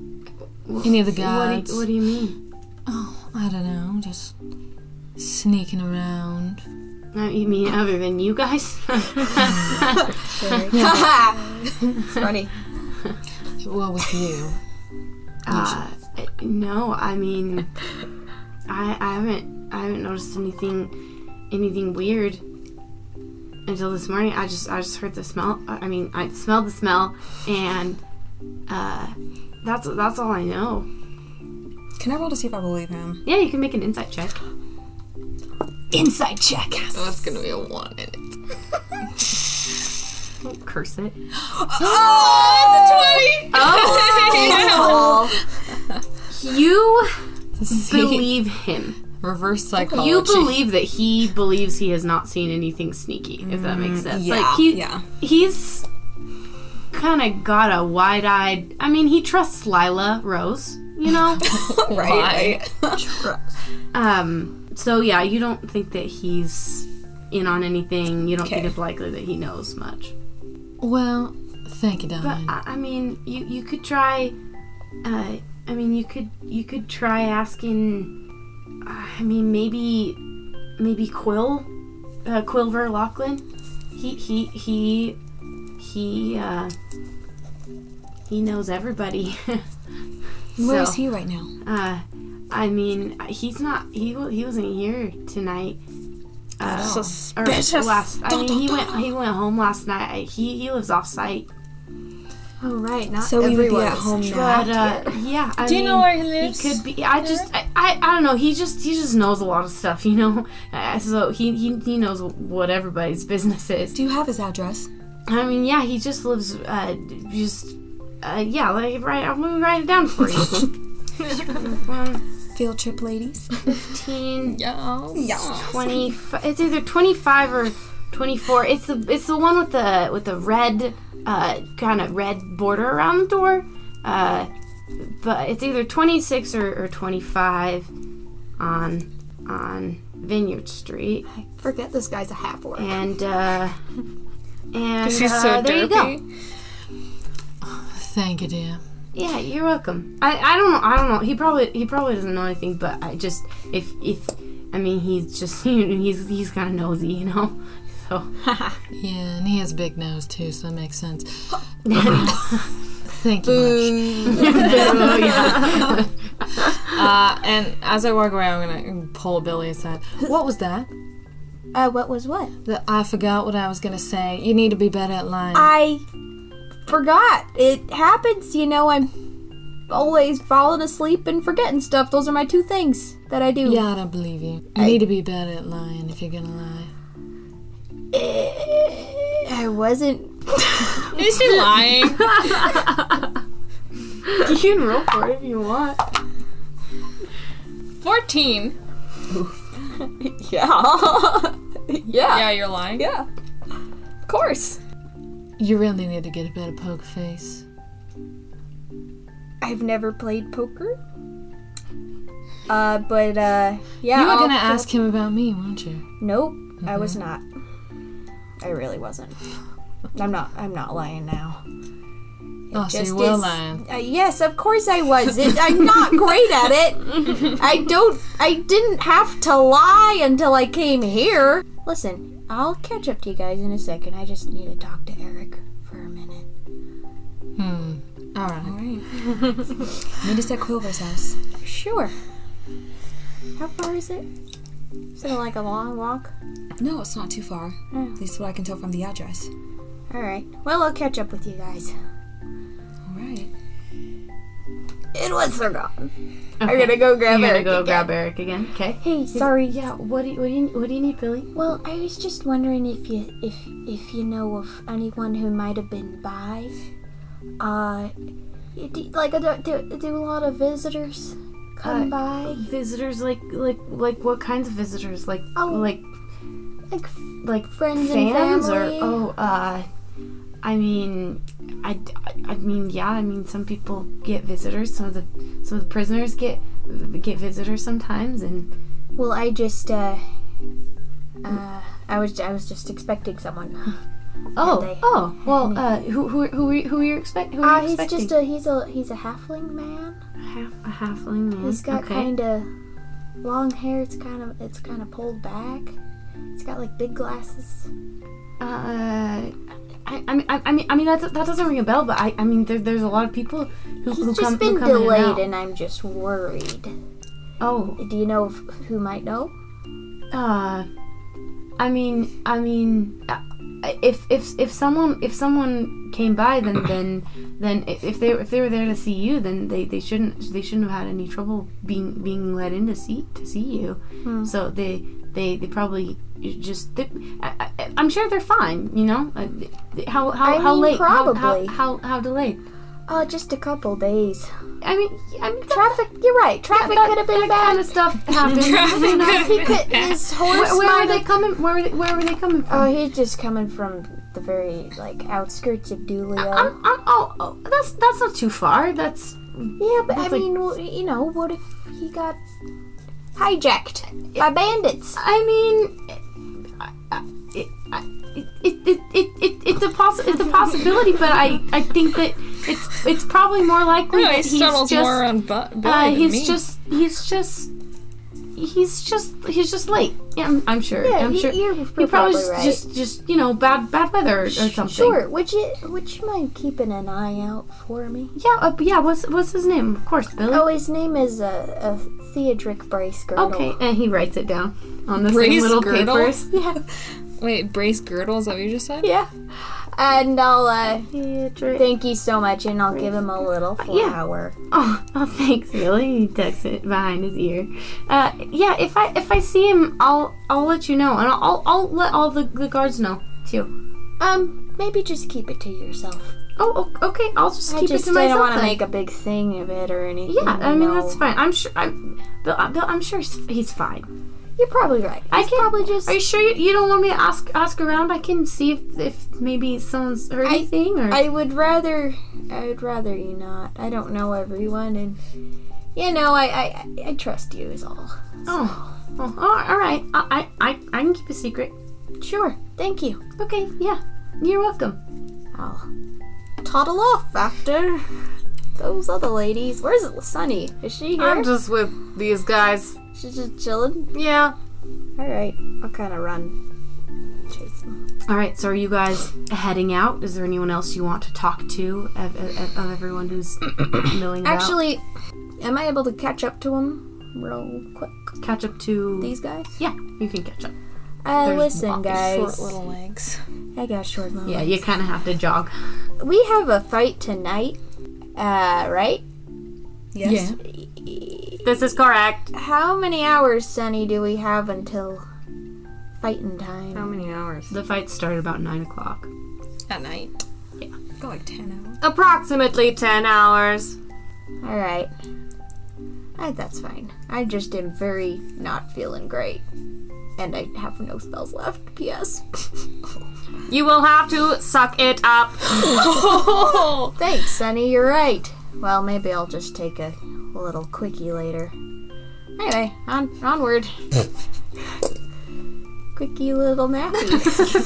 Any of the What guards? do, you, what do you mean? I don't know, just sneaking around. No, Uh, you mean other than you guys? (laughs) (laughs) it's funny. Well, (laughs) with you. Uh, no, I mean, I, I haven't I haven't noticed anything anything weird until this morning. I just I just heard the smell. uh, I I mean, I smelled the smell, and uh, that's that's all I know. Can I roll to see if I believe him? Yeah, you can make an insight check. Inside check. Oh, it's gonna be a one in it. Don't curse (gasps) it. Oh, (laughs) You See, Oh. believe him. reverse psychology. You believe that he believes he has not seen anything sneaky, if that makes sense. Mm, yeah, like he yeah. he's kind of got a wide-eyed. I mean, he trusts Lila Rose, you (laughs) know. it's a 20. right. right. um so yeah, you don't think that he's in on anything. You don't think Okay. it's likely that he knows much. Well, thank you, But darling. I, I mean, you you could try. Uh, I mean, you could you could try asking. uh, I mean, maybe maybe Quill, uh, Quilver Lachlan. He he he he uh, he knows everybody. (laughs) Where So- is he right now? Uh, I mean, he's not. He wa- he wasn't here tonight. Uh, or last. I mean, he went he went home last night. He he lives off site. All right, not So we would be everyone at is home But now. uh, yeah, I Do you mean, know where he He lives? could be. I just, I, I, I don't know. He just, he just knows a lot of stuff, (laughs) you know. Uh, so he, he, he knows what everybody's (laughs) business is. Do you have his address? I mean, yeah, he just lives, uh, just, uh, yeah, like right. I'm gonna write it down for you. (laughs) (laughs) One, Field trip, ladies. 15, Yeah. Yeah. 25 It's either twenty-five or twenty-four. It's the, it's the one with the, with the red, uh, kind of red border around the door. Uh, but it's either twenty-six or, or twenty-five on, on Vineyard Street. Forget this guy's a half orc. and uh and She's uh, so there you go derpy. Thank you, dear. Yeah, you're welcome. I, I don't know. I don't know. He probably he probably doesn't know anything, but I just if if I mean he's just (laughs) he's he's kind of nosy, you know. (laughs) So Yeah, and he has a big nose too, so that makes (laughs) sense. Thank you much. (laughs) uh, and as I walk away, I'm gonna pull Billy aside. What was that? Uh, what was what? That I forgot what I was gonna say. You need to be better at lying. I forgot. It happens, you know, I'm always falling asleep and forgetting stuff. Those are my two things that I do. yeah, I don't believe you. You need to be better at lying if you're gonna lie. Eh, I wasn't. Is she lying? you can roll for it if you want. 14. Yeah. Yeah, you're lying. Yeah. Of course. you really need to get a better poker face. I've never played poker. Uh, but uh, yeah. You were I'll- gonna ask him about me, weren't you? Nope, I was not. Mm-hmm. I really wasn't. I'm not. I'm not lying now. It Oh, so just you were is- lying. Uh, yes, of course I was. It, I'm not great at it. I don't. I didn't have to lie until I came here. Listen, I'll catch up to you guys in a second. I just need to talk to Eric for a minute. Hmm. All right. Meet us at Quilver's house. Sure. How far is it? Is it like a long walk? No, it's not too far. Oh. At least what I can tell from the address. All right. Well, I'll catch up with you guys. All right. It was so gone. I'm gonna go grab I'm gonna Eric. go again. grab Eric again. Okay. Hey, sorry. Yeah. What do you, what do you what do you need, Billy? Well, I was just wondering if you if if you know of anyone who might have been by. Uh, you do, like do, do, do a lot of visitors come Uh, by? Visitors like like like what kinds of visitors? Like Oh. like Like f- like friends fans and or family? oh uh i mean I, I mean yeah i mean some people get visitors some of the some of the prisoners get get visitors sometimes and Well, I just uh, uh, I was I was just expecting someone. oh they- oh well uh who who who were, who were you expect who were Uh, you he's expecting just a he's a he's a halfling man. half a halfling man He's got okay. kind of long hair. It's kind of it's kind of pulled back. He's got like big glasses. uh I, I mean, I, I mean, I mean that that doesn't ring a bell, but I, I mean, there, there's a lot of people who, He's who just come, been who come in and delayed, out. and I'm just worried. oh, Do you know f- who might know? Uh, I mean, I mean, uh, if if if someone if someone came by, then then then i- if they if they were there to see you, then they, they shouldn't they shouldn't have had any trouble being being let in to see to see you. Hmm. So they they they probably just they, I, I, I'm sure they're fine. You know, uh, th- how how I how mean, late How- probably. how, how how delayed. Oh, just a couple days. I mean, yeah, I mean that- Traffic. You're right. Traffic that- could have been that kind bad. of stuff happens. you know? (laughs) He (laughs) could. His horse. Where, where might were they have- coming? Where were they, where were they coming from? Oh, he's just coming from the very like outskirts of I'm, Dulio. I'm, oh, oh, that's that's not too far. That's Yeah, but I like- mean, well, you know, what if he got hijacked by bandits? I mean, I, I, it, I, it, it, it, it, it's a possi- it's a possibility, but I, I think that it's it's probably more likely Yeah, he that he's struggles just more on bu- uh, Billy than he's me. just he's just he's just he's just late. Yeah, I'm, I'm sure. Yeah, I'm you- sure. you're He probably just, right. just just you know bad bad weather or, or something. Sure. Would you Would you mind keeping an eye out for me? Yeah. Uh, yeah. What's what's his name? Of course, Billy. Oh, his name is uh, uh, Theodric Brace Girdle. (laughs) okay. And he writes it down on the same Brace little girdle? papers. Yeah. Wait, brace girdle, is that what you just said? Yeah. And I'll uh, Theodric. Thank you so much, and I'll give him a little flower. Oh, oh thanks, Billy. He tucks it behind his ear. Uh, yeah, if I if I see him, I'll I'll let you know, and I'll I'll let all the, the guards know too. Um, maybe just keep it to yourself. Oh, o- okay. I'll just I keep just it to I myself. don't want to then. make a big thing of it or anything. yeah, I you mean know. that's fine. I'm sure. I'm Bill. I'm, Bill, I'm sure he's, he's fine. You're probably right. I It's can- probably just. Are you sure you, you don't want me to ask ask around? I can see if, if maybe someone's heard I- anything or. I would rather. I would rather you not. I don't know everyone, and you know, I I, I trust you is all. oh, oh, oh, all right. I, I I I can keep a secret. Sure. Thank you. Okay. Yeah. You're welcome. I'll toddle off after those other ladies. Where's Sunny? Is she here? I'm just with these guys. She's just chilling. Yeah. All right, I'll kind of run. Chase them. All right, so are you guys heading out? Is there anyone else you want to talk to of, of, of everyone who's (coughs) milling about? Actually, am I able to catch up to them real quick? catch up to These guys. Yeah, you can catch up. Uh, There's listen, lots of guys. Short little legs. I got short little. Yeah, you kind of have to jog. We have a fight tonight, uh, right? Yes. Yeah. This is correct. How many hours, Sunny, do we have until fighting time? How many hours? The fight started about nine o'clock. At night. Got like 10 hours. Approximately 10 hours. All right. I, that's fine. I just am very not feeling great. And I have no spells left. P.S. You will have to suck it up. Thanks, Sunny. You're right. Well, maybe I'll just take a little quickie later. Anyway, on (laughs) onward. quickie little nappies.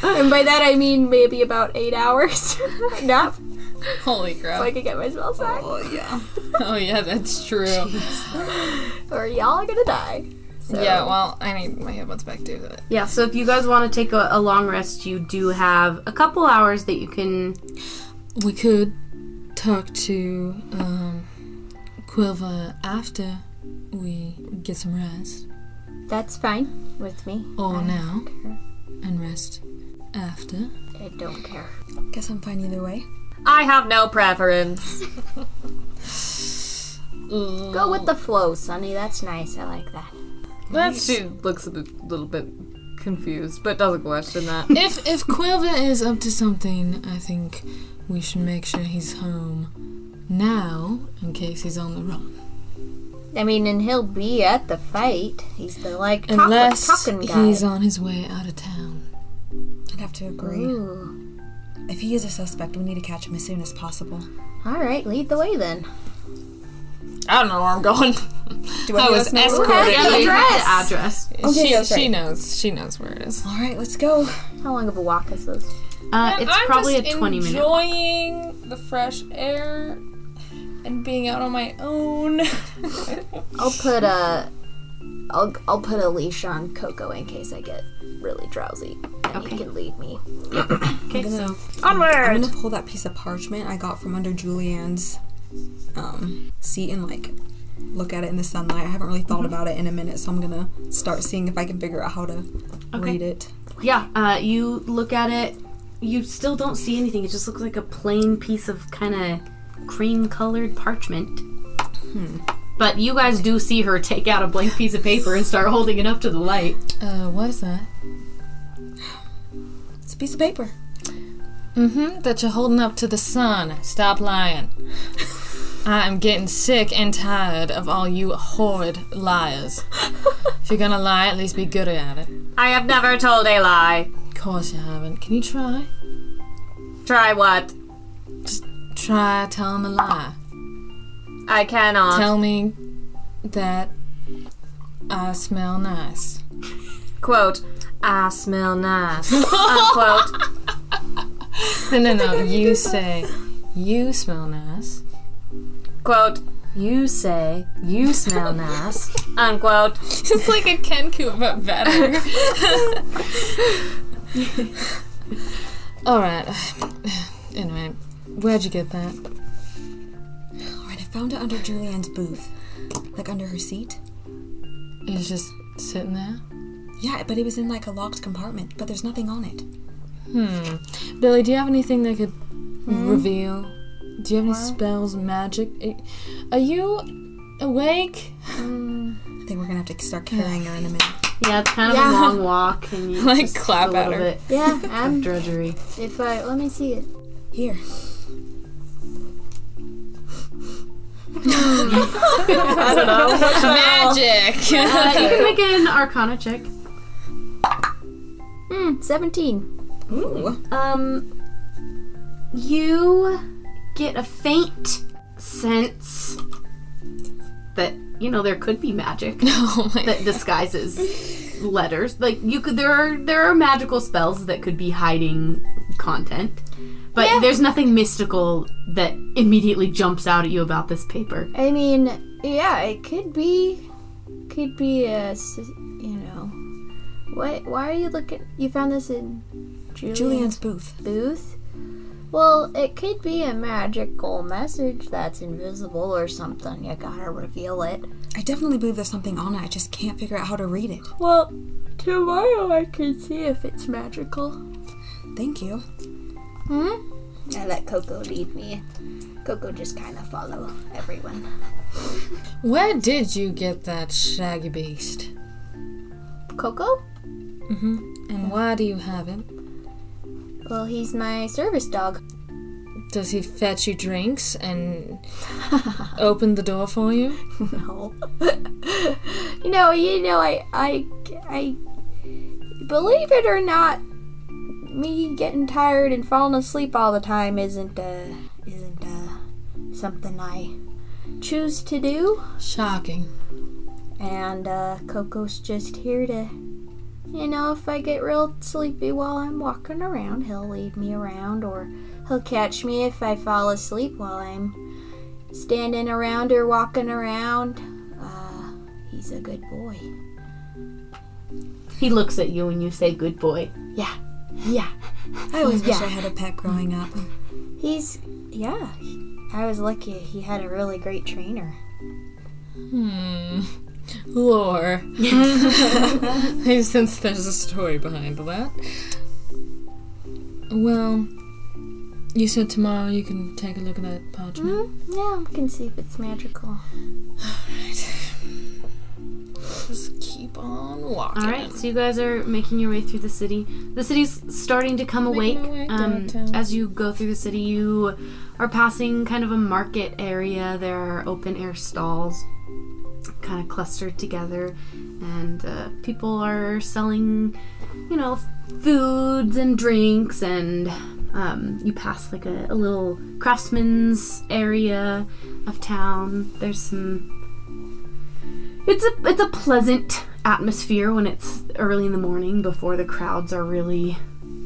(laughs) and by that I mean maybe about eight hours (laughs) nap so Holy crap. I can get my spells back. Oh, yeah. oh yeah, that's true. Or y'all are gonna die. So, Yeah, well, I need my headphones back too. but- Yeah, so if you guys want to take a, a long rest, you do have a couple hours that you can. We could talk to um, Quilva after we get some rest, That's fine with me. or now, care. and rest after. I don't care. Guess I'm fine either way. I have no preference. Go with the flow, Sunny. That's nice. I like that. That's she looks a bit- little bit confused, but doesn't question that. If if Quilva is up to something, I think we should make sure he's home now, in case he's on the run. I mean, and he'll be at the fight. He's the like talk- Unless talking guy. he's on his way out of town. I'd have to agree. Ooh. If he is a suspect, we need to catch him as soon as possible. All right, lead the way then. I don't know where I'm going. Do I was Where's escorted. the address? Address. Okay, she, that's she right. knows. She knows where it is. All right, let's go. How long of a walk is this? Uh, it's I'm probably just a 20 minute. walk. enjoying the fresh air and being out on my own. I'll put a, I'll I'll put a leash on Coco in case I get really drowsy. And okay. you can lead me. Okay, so. I'm gonna pull that piece of parchment I got from under Julianne's um, seat and like look at it in the sunlight. I haven't really thought about it in a minute, so I'm gonna start seeing if I can figure out how to read it. Yeah, uh, you look at it. You still don't see anything. It just looks like a plain piece of kind of cream colored parchment. Hmm. But you guys do see her take out a blank piece of paper and start holding it up to the light. Uh, what is that? It's a piece of paper. Mm-hmm. That you're holding up to the sun. Stop (sighs) lying. I am getting sick and tired of all you horrid liars. if you're gonna lie, at least be good at it. I have never told a lie. Of course you haven't. Can you try? Try what? Try telling a lie. I cannot. Tell me that I smell nice. (laughs) Quote, I smell nice. Unquote. No, no, (laughs) no. You say you smell nice. Quote, you say you smell nice. Unquote. (laughs) it's like a Kenku, but (laughs) better. All right. Anyway, where'd you get that? All right, I found it under Julianne's booth, like under her seat. It's just sitting there. Yeah, but it was in like a locked compartment, but there's nothing on it. Hmm. Billy, do you have anything that could Hmm? reveal? Do you have any spells, magic? A- Are you awake? I think we're gonna have to start carrying her in a minute. Yeah, it's kind of Yeah. a long walk. And you (laughs) Like, just clap a at little her. Bit Yeah, of I'm. drudgery. If I let me see it. Here. (laughs) Magic! Uh, you can make an Arcana check. Hmm, seventeen. Ooh. Um, you get a faint sense that you know there could be (laughs) magic oh my. that disguises letters. Like you could, there are there are magical spells that could be hiding content, But there's nothing mystical that immediately jumps out at you about this paper. I mean, yeah, it could be, could be a, s- you know, what? Why are you looking? You found this in Julian's Julian's booth. booth. Well, it could be a magical message that's invisible or something. You gotta reveal it. I definitely believe there's something on it. I just can't figure out how to read it. Well, tomorrow I can see if it's magical. Thank you. Hmm. I let Coco lead me. Coco just kind of follow everyone. (laughs) Where did you get that shaggy beast? Coco? Mm. And why do you have it? Well, he's my service dog. Does he fetch you (laughs) drinks and open the door for you? No. (laughs) you know, you know, I, I, I, believe it or not, me getting tired and falling asleep all the time isn't, uh, isn't, uh, something I choose to do. Shocking. And, uh, Coco's just here to, you know, if I get real sleepy while I'm walking around, he'll lead me around or he'll catch me if I fall asleep while I'm standing around or walking around. Uh, he's a good boy. He looks at you and you say, "Good boy." Yeah. Yeah. I always wish Yeah. I had a pet growing up. He's, yeah. I was lucky he had a really great trainer. Hmm. (laughs) Lore. Since there's a story behind that. Well, you said tomorrow you can take a look at that parchment. Yeah, we can see if it's magical. Just Hmm? keep on walking. All right, so you guys are making your way through the city. The city's starting to come Making my way awake. Um, downtown. as you go through the city, you are passing kind of a market area. There are open air stalls, kind of clustered together, and uh, people are selling, you know, foods and drinks. And um, you pass like a, a little craftsman's area of town. There's some it's a it's a pleasant atmosphere when it's early in the morning before the crowds are really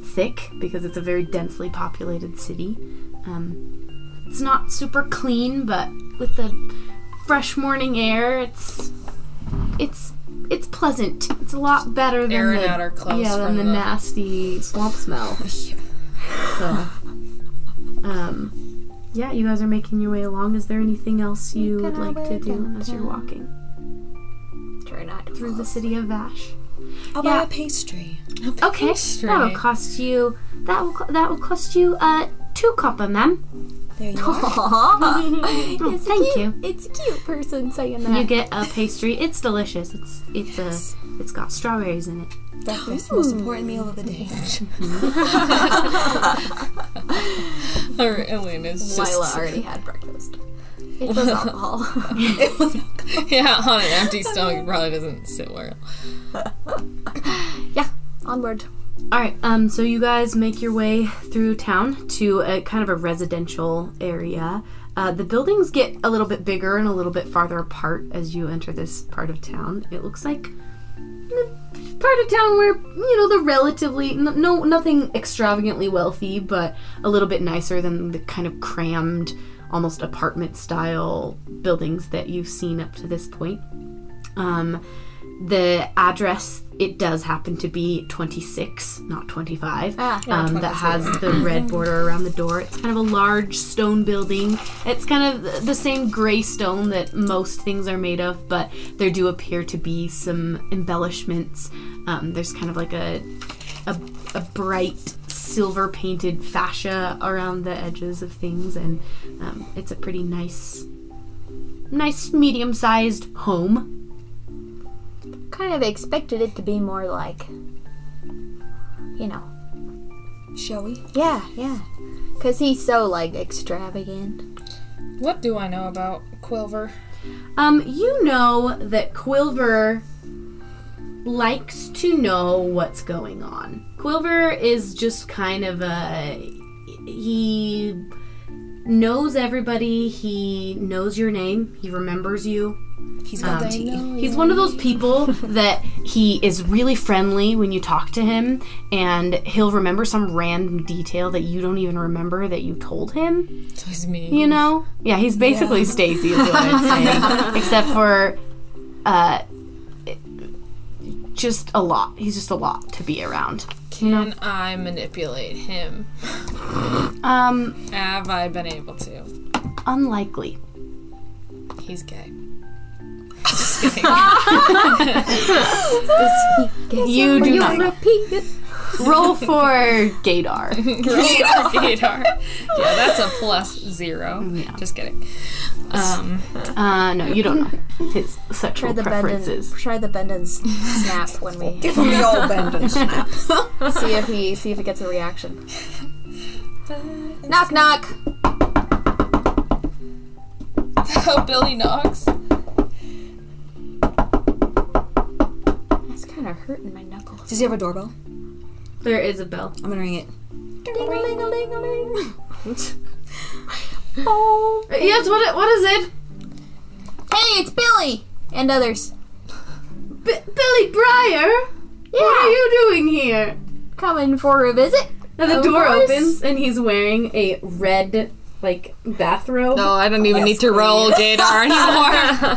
thick because it's a very densely populated city. Um, it's not super clean, but with the fresh morning air, it's it's it's pleasant. It's a lot better than Airing the out our clothes yeah than from the, the- nasty swamp smell. So, um, yeah, you guys are making your way along. Is there anything else you Making would our like to way do as you're downtown. walking? Try not to through fall the city of Vash. I'll Yeah. buy a pastry. Okay, that'll cost you. That will co- that will cost you uh two copper, ma'am. There you (laughs) are. (laughs) Aw. Oh, (laughs) it's thank a cute, you. It's a cute person saying that. You get a pastry. It's delicious. It's it's Yes. a it's got strawberries in it. Breakfast, most important meal of the day. Or (laughs) Elena's Lila (laughs) already had breakfast. It was alcohol. (laughs) (laughs) yeah, on an empty stomach, it probably doesn't sit well. Onward. All right. Um. So you guys make your way through town to a kind of a residential area. Uh, the buildings get a little bit bigger and a little bit farther apart as you enter this part of town. It looks like the part of town where you know the relatively n- no nothing extravagantly wealthy, but a little bit nicer than the kind of crammed, almost apartment style buildings that you've seen up to this point. Um, the address it does happen to be 26, not 25. Ah. um, that has the red border around the door. It's kind of a large stone building. It's kind of th- the same gray stone that most things are made of, but there do appear to be some embellishments. Um, there's kind of like a a, a bright silver painted fascia around the edges of things, and um, it's a pretty nice, nice medium sized home. Kind of expected it to be more like, you know. Shall we? Yeah, yeah. Cause he's so like extravagant. What do I know about Quilver? Um, you know that Quilver likes to know what's going on. Quilver is just kind of a he knows everybody. He knows your name. He remembers you. He's got Um, the tea. He's one of those people (laughs) that he is really friendly when you talk to him, and he'll remember some random detail that you don't even remember that you told him. So it's me. You know? Yeah, he's basically Stacy, is what (laughs) I'm saying. Except for, uh, it- just a lot. He's just a lot to be around. Can I manipulate him? Um, Have I been able to? unlikely. He's gay. You do not know. repeat it. (laughs) roll for Gadar. (laughs) Gator. Yeah, that's a plus zero. Just kidding. Um, Uh, no, you don't know his Try sexual the bend and preferences. try the bend and s- snap when we hit. From the old bend and snap. (laughs) see if he see if it gets a reaction. knock knock. oh, Billy Knox. That's kind of hurting my knuckles. Does he have a doorbell? There is a bell. I'm gonna ring it. Uh, Yes, what, what is it? Hey, it's Billy and others. Billy Breyer, what are Yeah, you doing here? coming for a visit. Now the Of door course. opens and he's wearing a red like bathrobe. Oh, I don't even need to roll Gadar (laughs) anymore.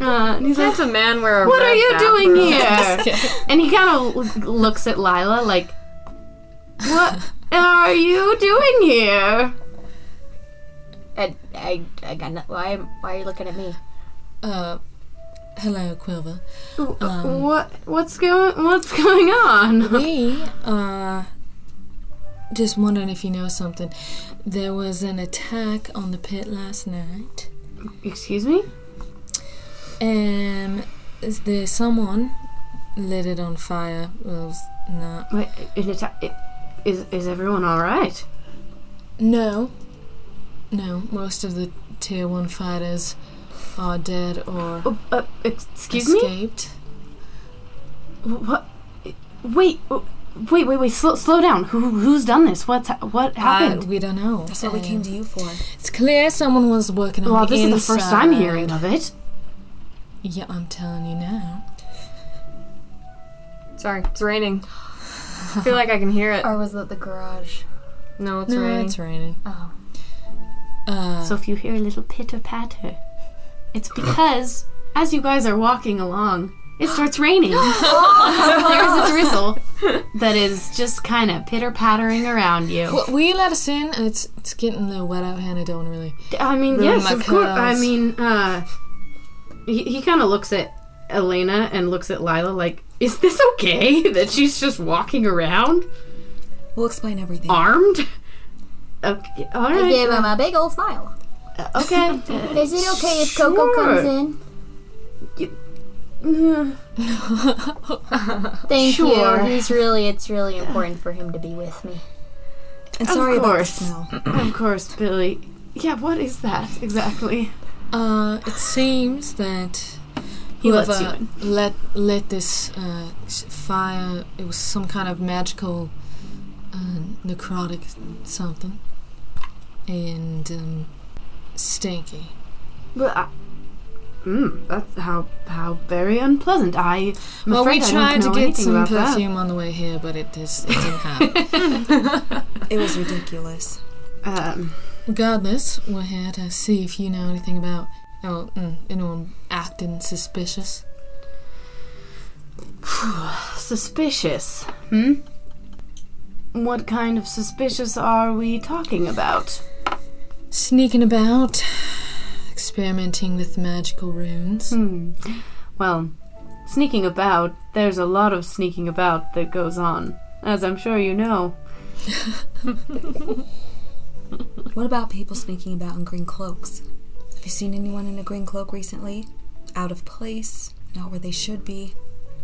Uh, and he's like, That's a man wear a "What are red you bathrobe. doing here?" (laughs) and he kind of looks at Lila like, "What are you doing here?" I, I, I got no, why why are you looking at me? uh, hello, Quilva. Um. what what's going what's going on? We, uh, just wondering if you know something. There was an attack on the pit last night. Excuse me. Um, is there someone lit it on fire? Well, s- no. Wait, an atta- i- is is everyone all right? No. No, most of the tier one fighters are dead or Oh, uh, excuse me. escaped. What? Wait, w- wait, wait, wait! Slow, slow down. Who, who's done this? What's ha- what Uh, happened? we don't know. That's what we came to you for. It's clear someone was working on well, the this is the first I'm inside. hearing of it. Yeah, I'm telling you now. Sorry, it's raining. I feel like I can hear it. Or was that the garage? No, it's No, raining. it's raining. Oh. Uh, So if you hear a little pitter patter, it's because as you guys are walking along, it starts (gasps) raining. there is a drizzle that is just kind of pitter pattering around you. w- will you let us in? It's it's getting a little wet out here, and I don't wanna really. I mean, Ruin yes, my of course. I curls. mean, uh, he, he kind of looks at Elena and looks at Lila like, "Is this okay (laughs) that she's just walking around?" We'll explain everything. armed. Okay, all I gave him right. a big old smile. Okay. (laughs) Is it okay if Coco Sure. comes in? Mm-hmm. Thank Sure. you. He's really it's really important for him to be with me. And sorry about the course. smell. (clears throat) of course, Billy. Yeah, what is that exactly? Uh, it seems that He lets you Whoever in. Let let this uh, s- fire. It was some kind of magical, uh, necrotic something, and um, stinky. Well, I, mm, uh, that's how how very unpleasant. I. I'm well, we afraid I don't tried to know get anything some about that. perfume on the way here, but it just it didn't (laughs) happen. It was ridiculous. Um, Regardless, we're here to see if you know anything about oh mm, anyone acting suspicious. suspicious. Hmm. What kind of suspicious are we talking about? Sneaking about, experimenting with (laughs) magical runes. Hmm. Well, sneaking about, there's a lot of sneaking about that goes on, as I'm sure you know. What about people sneaking about in green cloaks? Have you seen anyone in a green cloak recently? Out of place, not where they should be.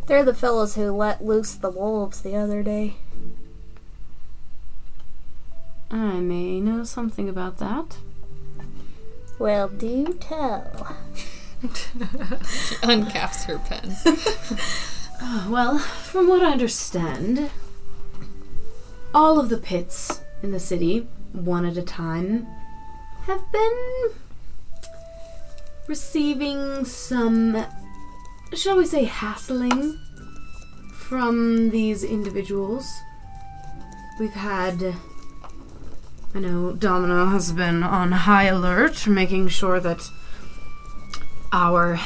They're the fellows who let loose the wolves the other day. I may know something about that. Well, do tell. Uncaps her pen. (sighs) Well, from what I understand, all of the pits in the city one at a time, have been receiving some, shall we say, hassling from these individuals. We've had. I know Domino has been on high alert, making sure that our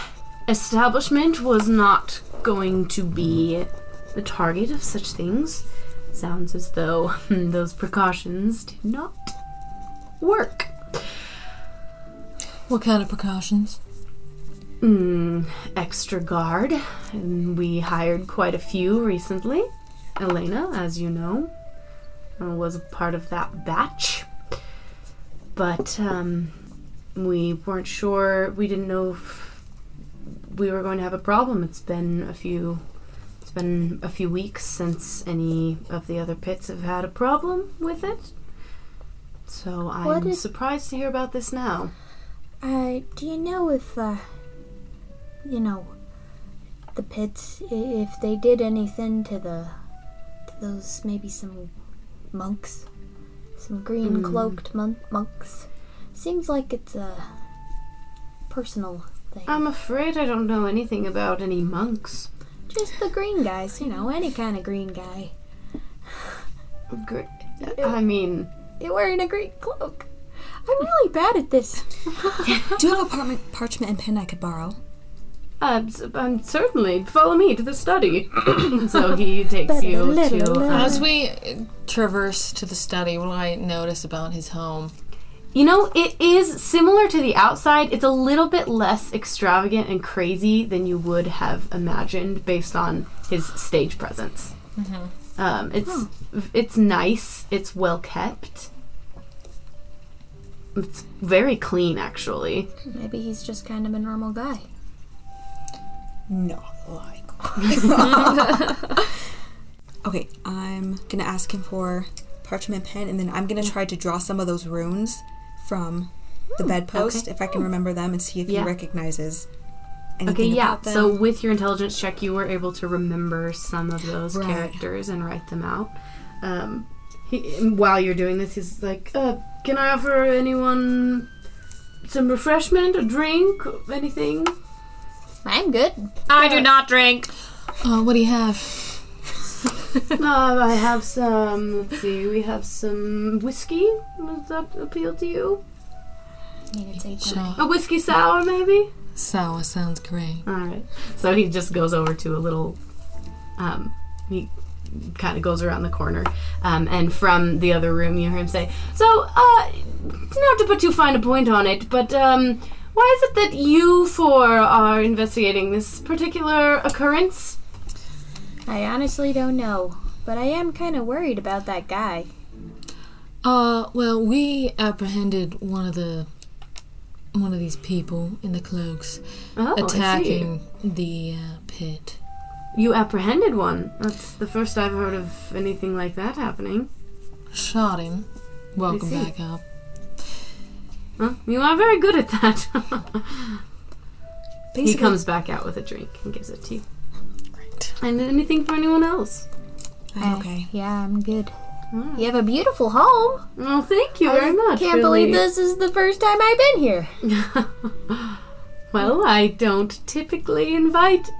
establishment was not going to be the target of such things. Sounds as though (laughs) those precautions did not work. What kind of precautions? Mm, extra guard. And we hired quite a few recently. Elena, as you know, uh, was a part of that batch. But um, we weren't sure, we didn't know if we were going to have a problem. It's been a few. It's been a few weeks since any of the other pits have had a problem with it. So I'm What is- surprised to hear about this now. Uh, do you know if, uh, you know, the pits, i- if they did anything to the, to those, maybe some monks? Some green cloaked mon- monks? Seems like it's a personal thing. I'm afraid I don't know anything about any monks. Just the green guys, you know, any kind of green guy. Gr- I mean, You're wearing a green cloak. I'm really bad at this. Do you have a parchment, parchment and pen I could borrow? uh, s- um, certainly follow me to the study. so he takes you to. uh, As we uh, traverse to the study, what do I notice about his home? you know, it is similar to the outside. It's a little bit less extravagant and crazy than you would have imagined based on his stage presence. Um, it's it's nice. It's well kept. It's very clean, actually. Maybe he's just kind of a normal guy. Not like. (laughs) okay, I'm gonna ask him for parchment pen, and then I'm gonna try to draw some of those runes from the bedpost if I can remember them and see if Hmm, Yeah. he recognizes. Okay, Anything yeah. About them. So with your intelligence check, you were able to remember some of those Right. characters and write them out. Um, he, and while you're doing this, he's like, uh, "Can I offer anyone some refreshment, a drink, (laughs) anything?" I'm good. I do not drink. Uh, what do you have? uh, I have some. Let's see. We have some whiskey. Does that appeal to you? need to take Sure. A whiskey sour, maybe. Uh, Sour sounds great. All right. So he just goes over to a little. Um, he kind of goes around the corner, um, and from the other room, you hear him say, "So, uh, not to put too fine a point on it, but um, why is it that you four are investigating this particular occurrence?" I honestly don't know, but I am kind of worried about that guy. Uh, well, we apprehended one of the one of these people in the cloaks Oh, I see. attacking the uh, pit. You apprehended one. That's the first I've heard of anything like that happening. Shot him. Woke him see. back (laughs) up. (laughs) Huh? You are very good at that. (laughs) he Basically, comes back out with a drink and gives it to you. Great. And anything for anyone else? I'm okay. Yeah, I'm good. You have a beautiful home. Well, thank you very I much. can't believe this is the first time I've been here. (laughs) this. well, I don't typically invite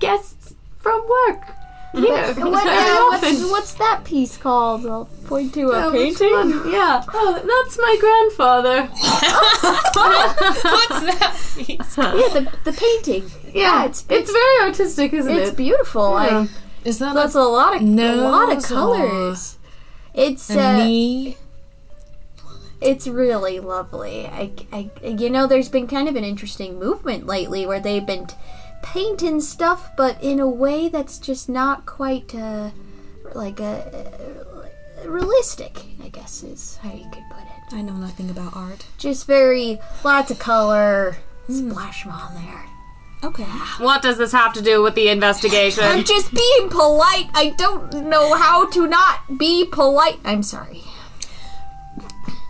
guests from work here. What, (laughs) uh, what's, what's that piece called? I'll point to a Oh, which painting. one? (laughs) Yeah. Oh, that's my grandfather. Yeah, the, the painting. Yeah, it's- it's, it's very artistic, isn't It's it? beautiful. Yeah. I, Is that that's a a lot of nose a lot of or colors. It's a uh, knee? It's really lovely. I, I, you know, there's been kind of an interesting movement lately where they've been t- painting stuff, but in a way that's just not quite uh, like a, uh, realistic. I guess is how you could put it. I know nothing about art. Just very lots of color. Splash 'em on there. Okay. What does this have to do with the investigation? I'm just being polite. I don't know how to not be polite. I'm sorry.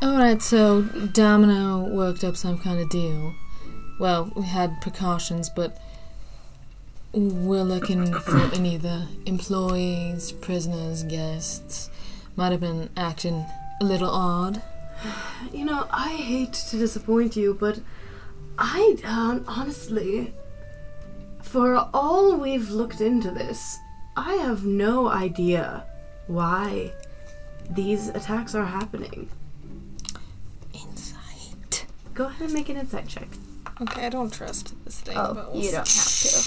Alright, so Domino worked up some kind of deal. Well, we had precautions, but we're looking for any of the employees, prisoners, guests. Might have been acting a little odd. You know, I hate to disappoint you, but I um, honestly, for all we've looked into this, I have no idea why these attacks are happening. Insight. Go ahead and make an insight check. Okay, I don't trust this thing. Oh, but we'll you don't have to.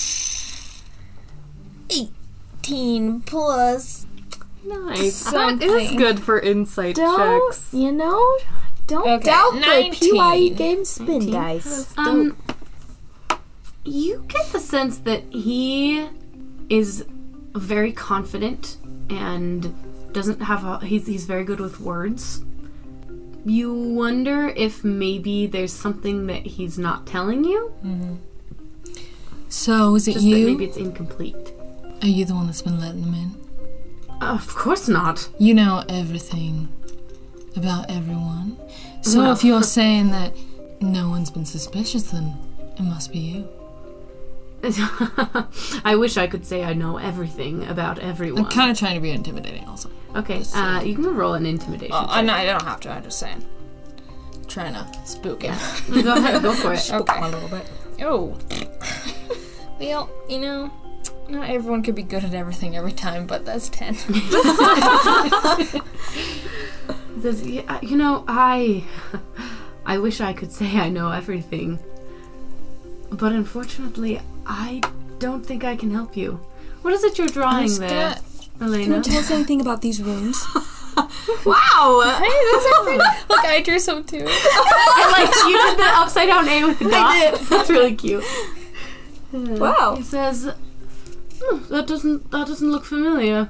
18 plus. Nice. That is good for insight Don't checks. you know? Don't Okay, doubt the 19. PYE game spin dice. Um, you get the sense that he is very confident and doesn't have a, he's he's very good with words. You wonder if maybe there's something that he's not telling you, So, is it just that you? maybe it's incomplete. Are you the one that's been letting them in? Of course not. (laughs) You know everything about everyone. So, Well. if you're saying that no one's been suspicious, then it must be you. I wish I could say I know everything about everyone. I'm kind of trying to be intimidating, also. Okay, uh, you can roll an intimidation. Oh, I, no, I don't have to. I'm just saying. Trying to spook him. go ahead, go for it. (laughs) Okay. A little bit. Oh. (laughs) well, you know, not everyone could be good at everything every time, but that's 10. Says, "Yeah, I- uh, you know, I, (laughs) I wish I could say I know everything, but unfortunately, I don't think I can help you. What is it you're drawing just there, gonna- (laughs) Elena? Tell us anything about these (laughs) rooms. Wow. hey, those are pretty. Look, I drew some too. And, like you did the upside down A (laughs) with the dot. (laughs) That's really cute. Wow. He says, "Hmm, that doesn't that doesn't look familiar.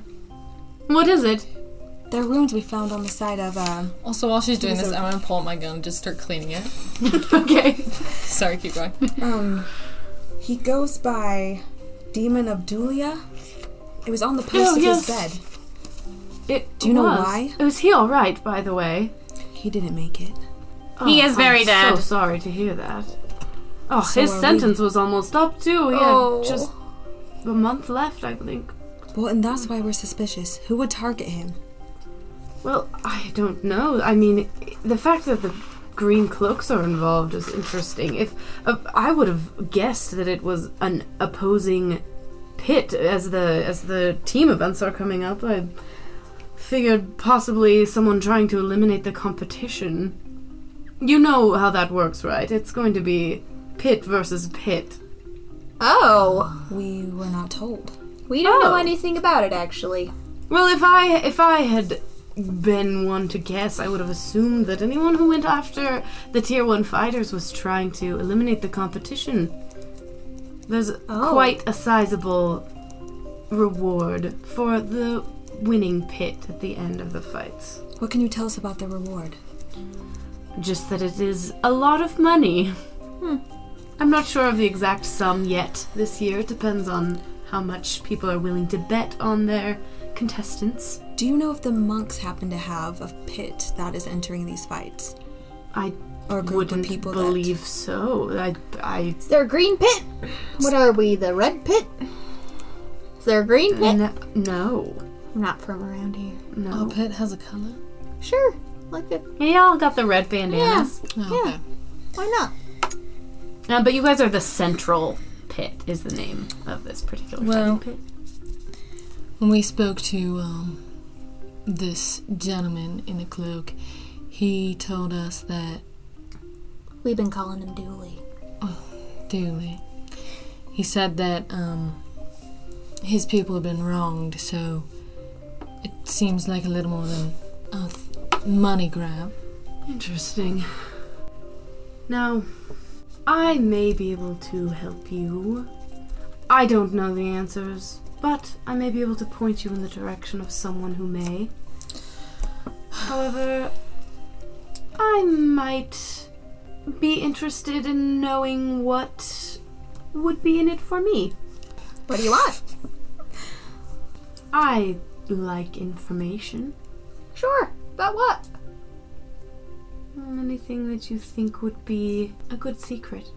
What is it? (laughs) They're ruins we found on the side of, uh, Also, while she's doing this, I'm gonna pull out my gun and just start cleaning it. (laughs) Okay, Sorry, keep going. um, he goes by Demon Abdulia. It was on the post Oh, of yes. his bed. it. Do you know was. why? Is he all right, by the way? He didn't make it. He is very Oh, I'm dead. So sorry to hear that. Oh, So his are we. sentence was almost up too. He Oh. had just a month left, I think. Well, and that's why we're suspicious. Who would target him? Well, I don't know. I mean, the fact that the green cloaks are involved is interesting. If uh, I would have guessed that it was an opposing pit as the as the team events are coming up, I figured possibly someone trying to eliminate the competition. You know how that works, right? It's going to be pit versus pit. Oh. We were not told. We don't Oh. know anything about it, actually. Well, if I if I had been one to guess, I would have assumed that anyone who went after the tier one fighters was trying to eliminate the competition. There's Oh. quite a sizable reward for the winning pit at the end of the fights. What can you tell us about the reward? Just that it is a lot of money. I'm not sure of the exact sum yet this year. It depends on how much people are willing to bet on their contestants. Do you know if the monks happen to have a pit that is entering these fights? I Or a group wouldn't of people believe so. I, I, Is there a green pit? What are we, the red pit? Is there a green pit? n- no, Mm. Not from around here. Our no. Oh, pit has a color. Sure. Like a They all got the red bandanas. Oh, Yeah. okay. why not? Uh, but you guys are the central pit. Is the name of this particular Well- pit? When we spoke to um, this gentleman in the cloak, he told us that We've been calling him Dooley. Dooley, he said that um, his people have been wronged, so it seems like a little more than a th- money grab. Interesting. Now, I may be able to help you. I don't know the answers, but I may be able to point you in the direction of someone who may. However, I might be interested in knowing what would be in it for me. What do you want? I like information. Sure. About what? Anything that you think would be a good secret.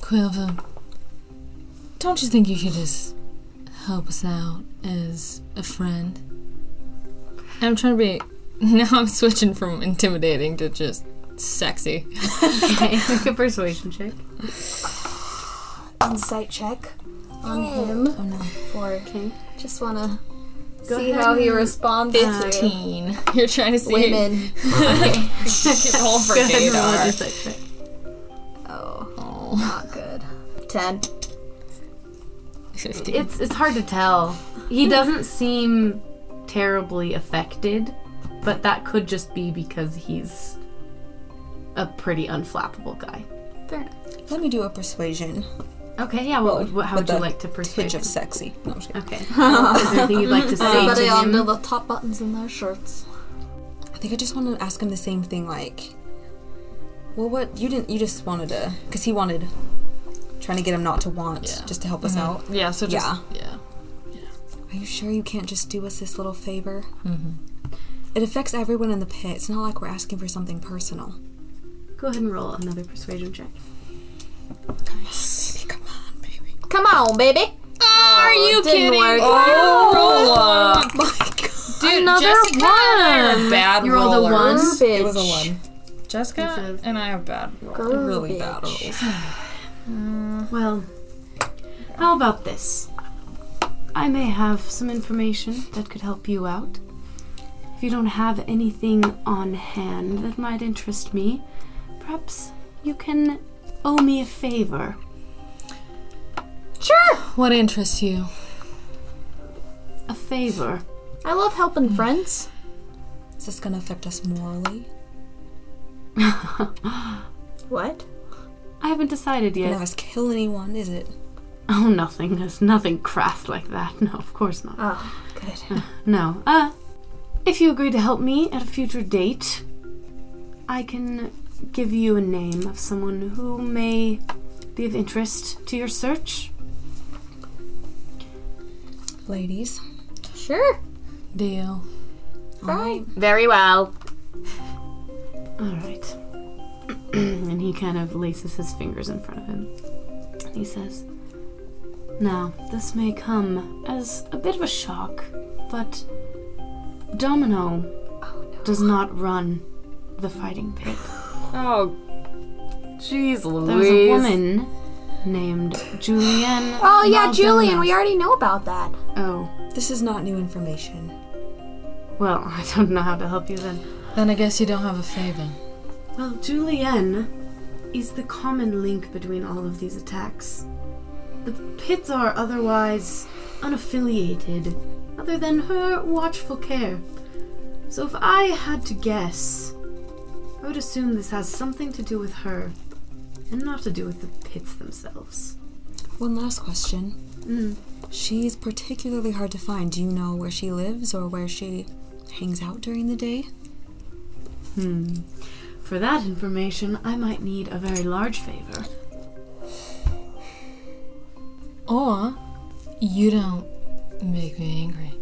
Quilver, don't you think you could just help us out as a friend? I'm trying to be (laughs) Now I'm switching from intimidating to just sexy. (laughs) Okay, make a persuasion check. Insight check on him for Okay. Oh, just wanna Go see ahead how he responds to Teen. You're trying to see women. Roll for Go ahead and roll Gadar. an insight check. Oh, Oh, not good. Ten. 15. It's it's hard to tell. (laughs) He doesn't seem terribly affected, but that could just be because he's a pretty unflappable guy. Let me do a persuasion. Okay, yeah. What, would- what how would with you a like to persuade? Tinge (laughs) him? of sexy. No, I'm just (laughs) kidding. Okay. Is there anything you'd like to say Everybody to Um, all know him? the top buttons in their shirts. I think I just wanted to ask him the same thing, like, well, what you didn't, you just wanted to, because he wanted, trying to get him not to want, Yeah. just to help us out. Yeah, so just. yeah. yeah. Are you sure you can't just do us this little favor? It affects everyone in the pit. It's not like we're asking for something personal. Go ahead and roll another persuasion check. Baby, come on, (laughs) baby. Come on, baby. Are you didn't kidding? work. Oh, roll up. My God. Dude, Jessica and I are bad You rolled a rollers. one? Garbage. It was a one. Jessica and I are bad rollers. Really Garbage. bad rolls. Well, how about this? I may have some information that could help you out. If you don't have anything on hand that might interest me, perhaps you can owe me a favor. What interests you? A favor. I love helping friends. Is this gonna affect us morally? What? I haven't decided Gonna yet. have us kill anyone? Is it? Oh, nothing. There's nothing crass like that. (laughs) No, of course not. Oh, good. No. Uh, if you agree to help me at a future date, I can give you a name of someone who may be of interest to your search. Ladies. Sure. Deal. Alright. Very well. All right. (clears throat) and he kind of laces his fingers in front of him. And he says, Now, this may come as a bit of a shock, but Domino does not run the fighting pit. Oh, jeez, Louise. There's a woman named Julianne. Oh yeah, Maldonado. Julian. We already know about that. Oh, This is not new information. well, (laughs) I don't know how to help you then. Then I guess you don't have a favor. Well, Julianne is the common link between all of these attacks. The pits are otherwise unaffiliated, other than her watchful care. So if I had to guess, I would assume this has something to do with her, and not to do with the pits themselves. One last question. Mm. She's particularly hard to find. Do you know where she lives or where she hangs out during the day? Hmm. For that information, I might need a very large favor. (laughs) Or you don't make me angry.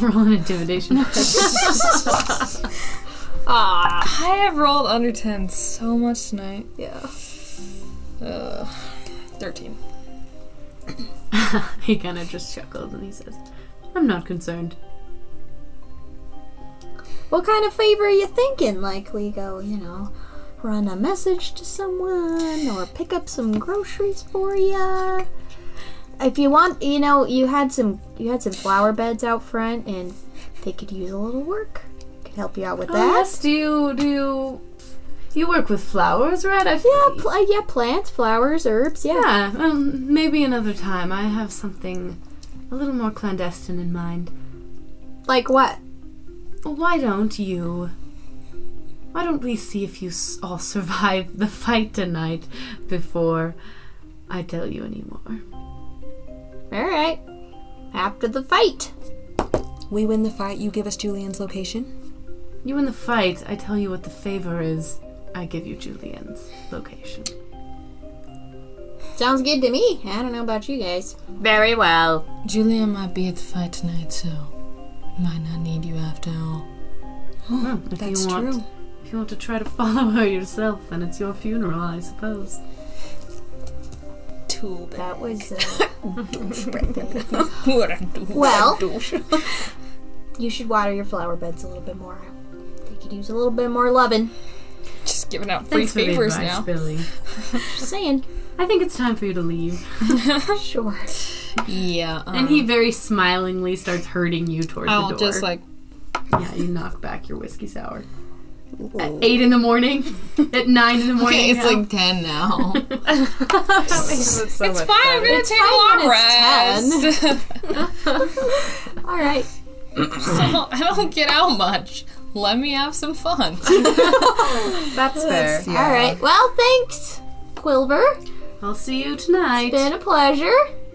Roll an intimidation. Ah, I have rolled under 10 so much tonight. Yeah. Ugh. 13. he kind of just chuckles and he says, "I'm not concerned." What kind of favor are you thinking? Like we go, you know, run a message to someone or pick up some groceries for you. If you want, you know, you had some you had some flower beds out front, and they could use a little work. Could help you out with Oh, that. yes, do you do you, you work with flowers, right? I've Yeah, pl- uh, yeah, plants, flowers, herbs. Yeah. yeah. Um, maybe another time. I have something a little more clandestine in mind. Like what? Why don't you? Why don't we see if you s- all survive the fight tonight before I tell you any more? All right. After the fight. We win the fight, you give us Julian's location. You in the fight, I tell you what the favor is. I give you Julian's location. Sounds good to me. I don't know about you guys. very well. Julia might be at the fight tonight, so might not need you after all. Oh, if That's you want, true. If you want to try to (laughs) follow her yourself, then it's your funeral, I suppose. Too bad. That was. Uh, What a douche. Well. (laughs) You should water your flower beds a little bit more. They could use a little bit more loving. Just giving out free favors now. Billy. Just saying. I think it's time for you to leave. Sure. Yeah. Um, and he very smilingly starts hurting you toward I'll the door. just like yeah, you knock back your whiskey sour. At eight in the morning, at nine in the morning. Okay, it's now. like 10 (laughs) now. it's fine. I'm gonna take a long rest. All right. (laughs) I don't- I don't get out much. Let me have some fun. That's fair. All right. Well, thanks, Quilver. I'll see you tonight. Been a pleasure.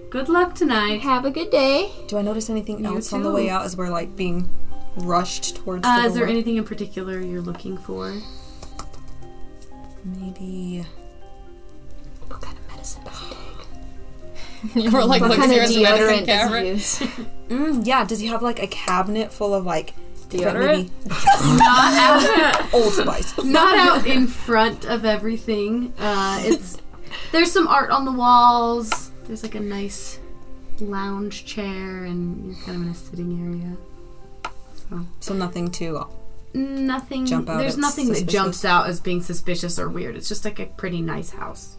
Good luck tonight. Have a good day. Do I notice anything else on the too. way out as we're like being rushed towards Uh, the is there door? anything in particular you're looking for? Maybe What kind of medicine? you were like What looking kind here of in the deodorant medicine cabinet. does he use? Mm, yeah, does he have like a cabinet full of like different Deodorant? maybe Old Spice? Not out in front of everything. Uh, it's there's some art on the walls. There's like a nice lounge chair, and you're kind of in a sitting area. so nothing too. Nothing. Jump out there's at nothing that suspicious. jumps out as being suspicious or weird. It's just like a pretty nice house.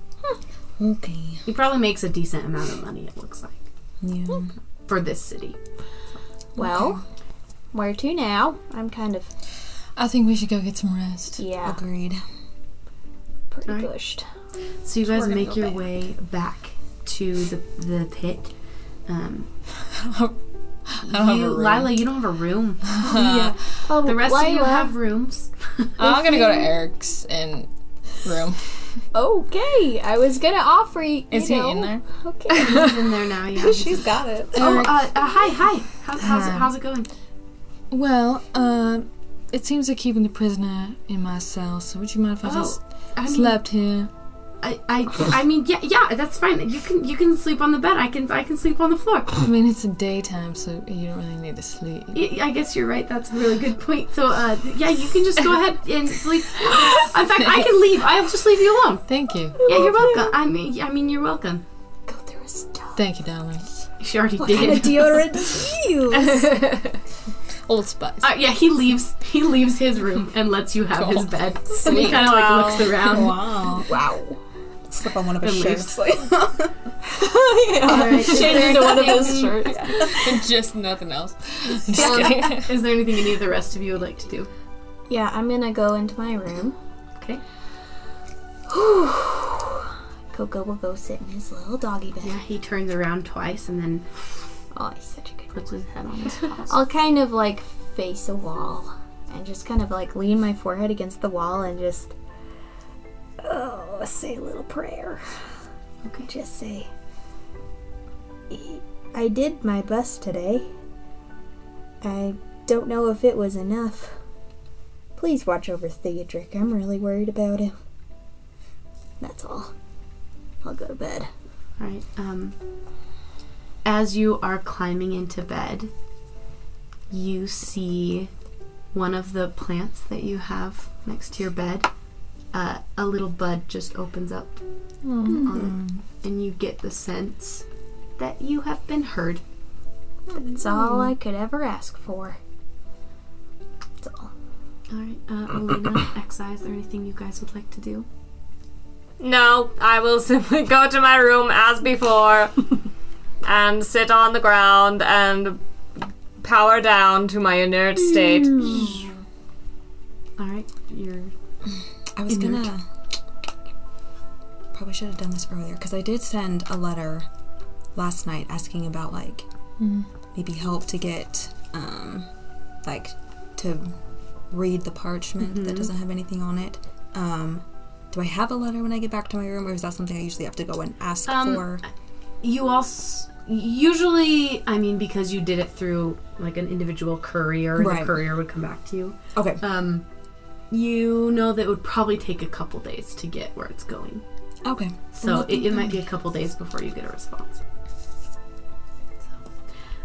Okay. He probably makes a decent amount of money. It looks like Hmm. Yeah. for this city. Well, where to now? I'm kind of I think we should go get some rest. yeah, Agreed. pretty Alright. gushed. So you guys gonna make go your back. way back to the the pit. Um, I don't have you, a room. Lila, you don't have a room. Oh, The rest of you Lila. have (laughs) rooms. Oh, I'm gonna go to Eric's and (laughs) room. Okay, I was gonna offer. You Is you know, he in there? Okay. (laughs) He's in there now. Yeah. She's got it. Oh, uh, uh, hi, hi. How, how's, it, how's it going? Well, uh, it seems they're keeping the prisoner in my cell, so would you mind if I just Oh, I mean, slept here? I, I, I mean, yeah, yeah, that's fine. You can, you can sleep on the bed. I can, I can sleep on the floor. I mean, it's a daytime, so you don't really need to sleep. Y- I guess you're right. That's a really good point. So, uh, yeah, you can just go ahead and sleep. In fact, I can leave. I'll just leave you alone. Thank you. Yeah, you're welcome. I mean, I mean, you're welcome. Go through his stuff. Thank you, darling. She already What (laughs) kind of did. deodorant does he (laughs) use? Old Spice. Uh, yeah, he leaves. He leaves his room and lets you have his Cool. bed. And he kind of like looks around. Wow. wow. Slip on one of And his leaves. (laughs) shirts. All right. Change one of his (laughs) shirts. (laughs) just nothing else. Is there anything any of the rest of you would like to do? Yeah, I'm gonna go into my room. Okay. (sighs) Coco will go sit in his little doggy bed. Yeah, he turns around twice and then Oh, he's such a good puts his head on (laughs) his paws. I'll kind of like face a wall and just kind of like lean my forehead against the wall and just oh say a little prayer. Okay. Just say "E- I did my best today. I don't know if it was enough. Please watch over Theodric. I'm really worried about him. That's all. I'll go to bed. All right. Um, as you are climbing into bed, you see one of the plants that you have next to your bed. Uh, a little bud just opens up, on it, and you get the sense that you have been heard. That's Hmm. all I could ever ask for. That's all. All right, uh, Alina, Exi, is there anything you guys would like to do? No, I will simply go to my room as before and sit on the ground and power down to my inert state. All right, you're I was gonna. Probably should have done this earlier because I did send a letter last night asking about like maybe help to get um, like to read the parchment that doesn't have anything on it. Um, do I have a letter when I get back to my room, or is that something I usually have to go and ask Um, for? you also usually i mean because you did it through like an individual courier and the Right. courier would come back to you Okay, um you know that it would probably take a couple days to get where it's going okay. so it, it might be a couple days before you get a response so,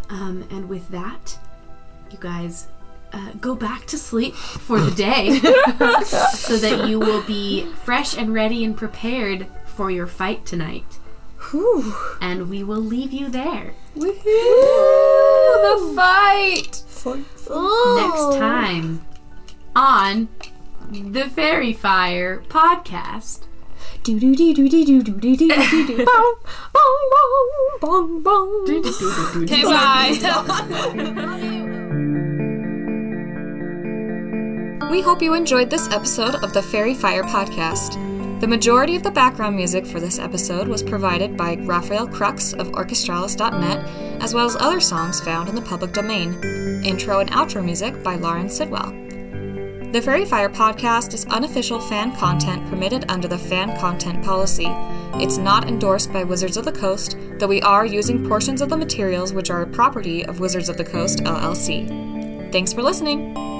um, and with that you guys uh, go back to sleep for the day so that you will be fresh and ready and prepared for your fight tonight and we will leave you there The fight! For, next time on the Fairy Fire podcast. Do do do do do do do do do do do. Bong bong bong bong bong. Okay, bye. We hope you enjoyed this episode of the Fairy Fire podcast. The majority of the background music for this episode was provided by Raphael Crux of Orchestralis.net, as well as other songs found in the public domain. Intro and outro music by Lauren Sidwell. The Fairy Fire podcast is unofficial fan content permitted under the fan content policy. It's not endorsed by Wizards of the Coast, though we are using portions of the materials which are a property of Wizards of the Coast LLC. Thanks for listening!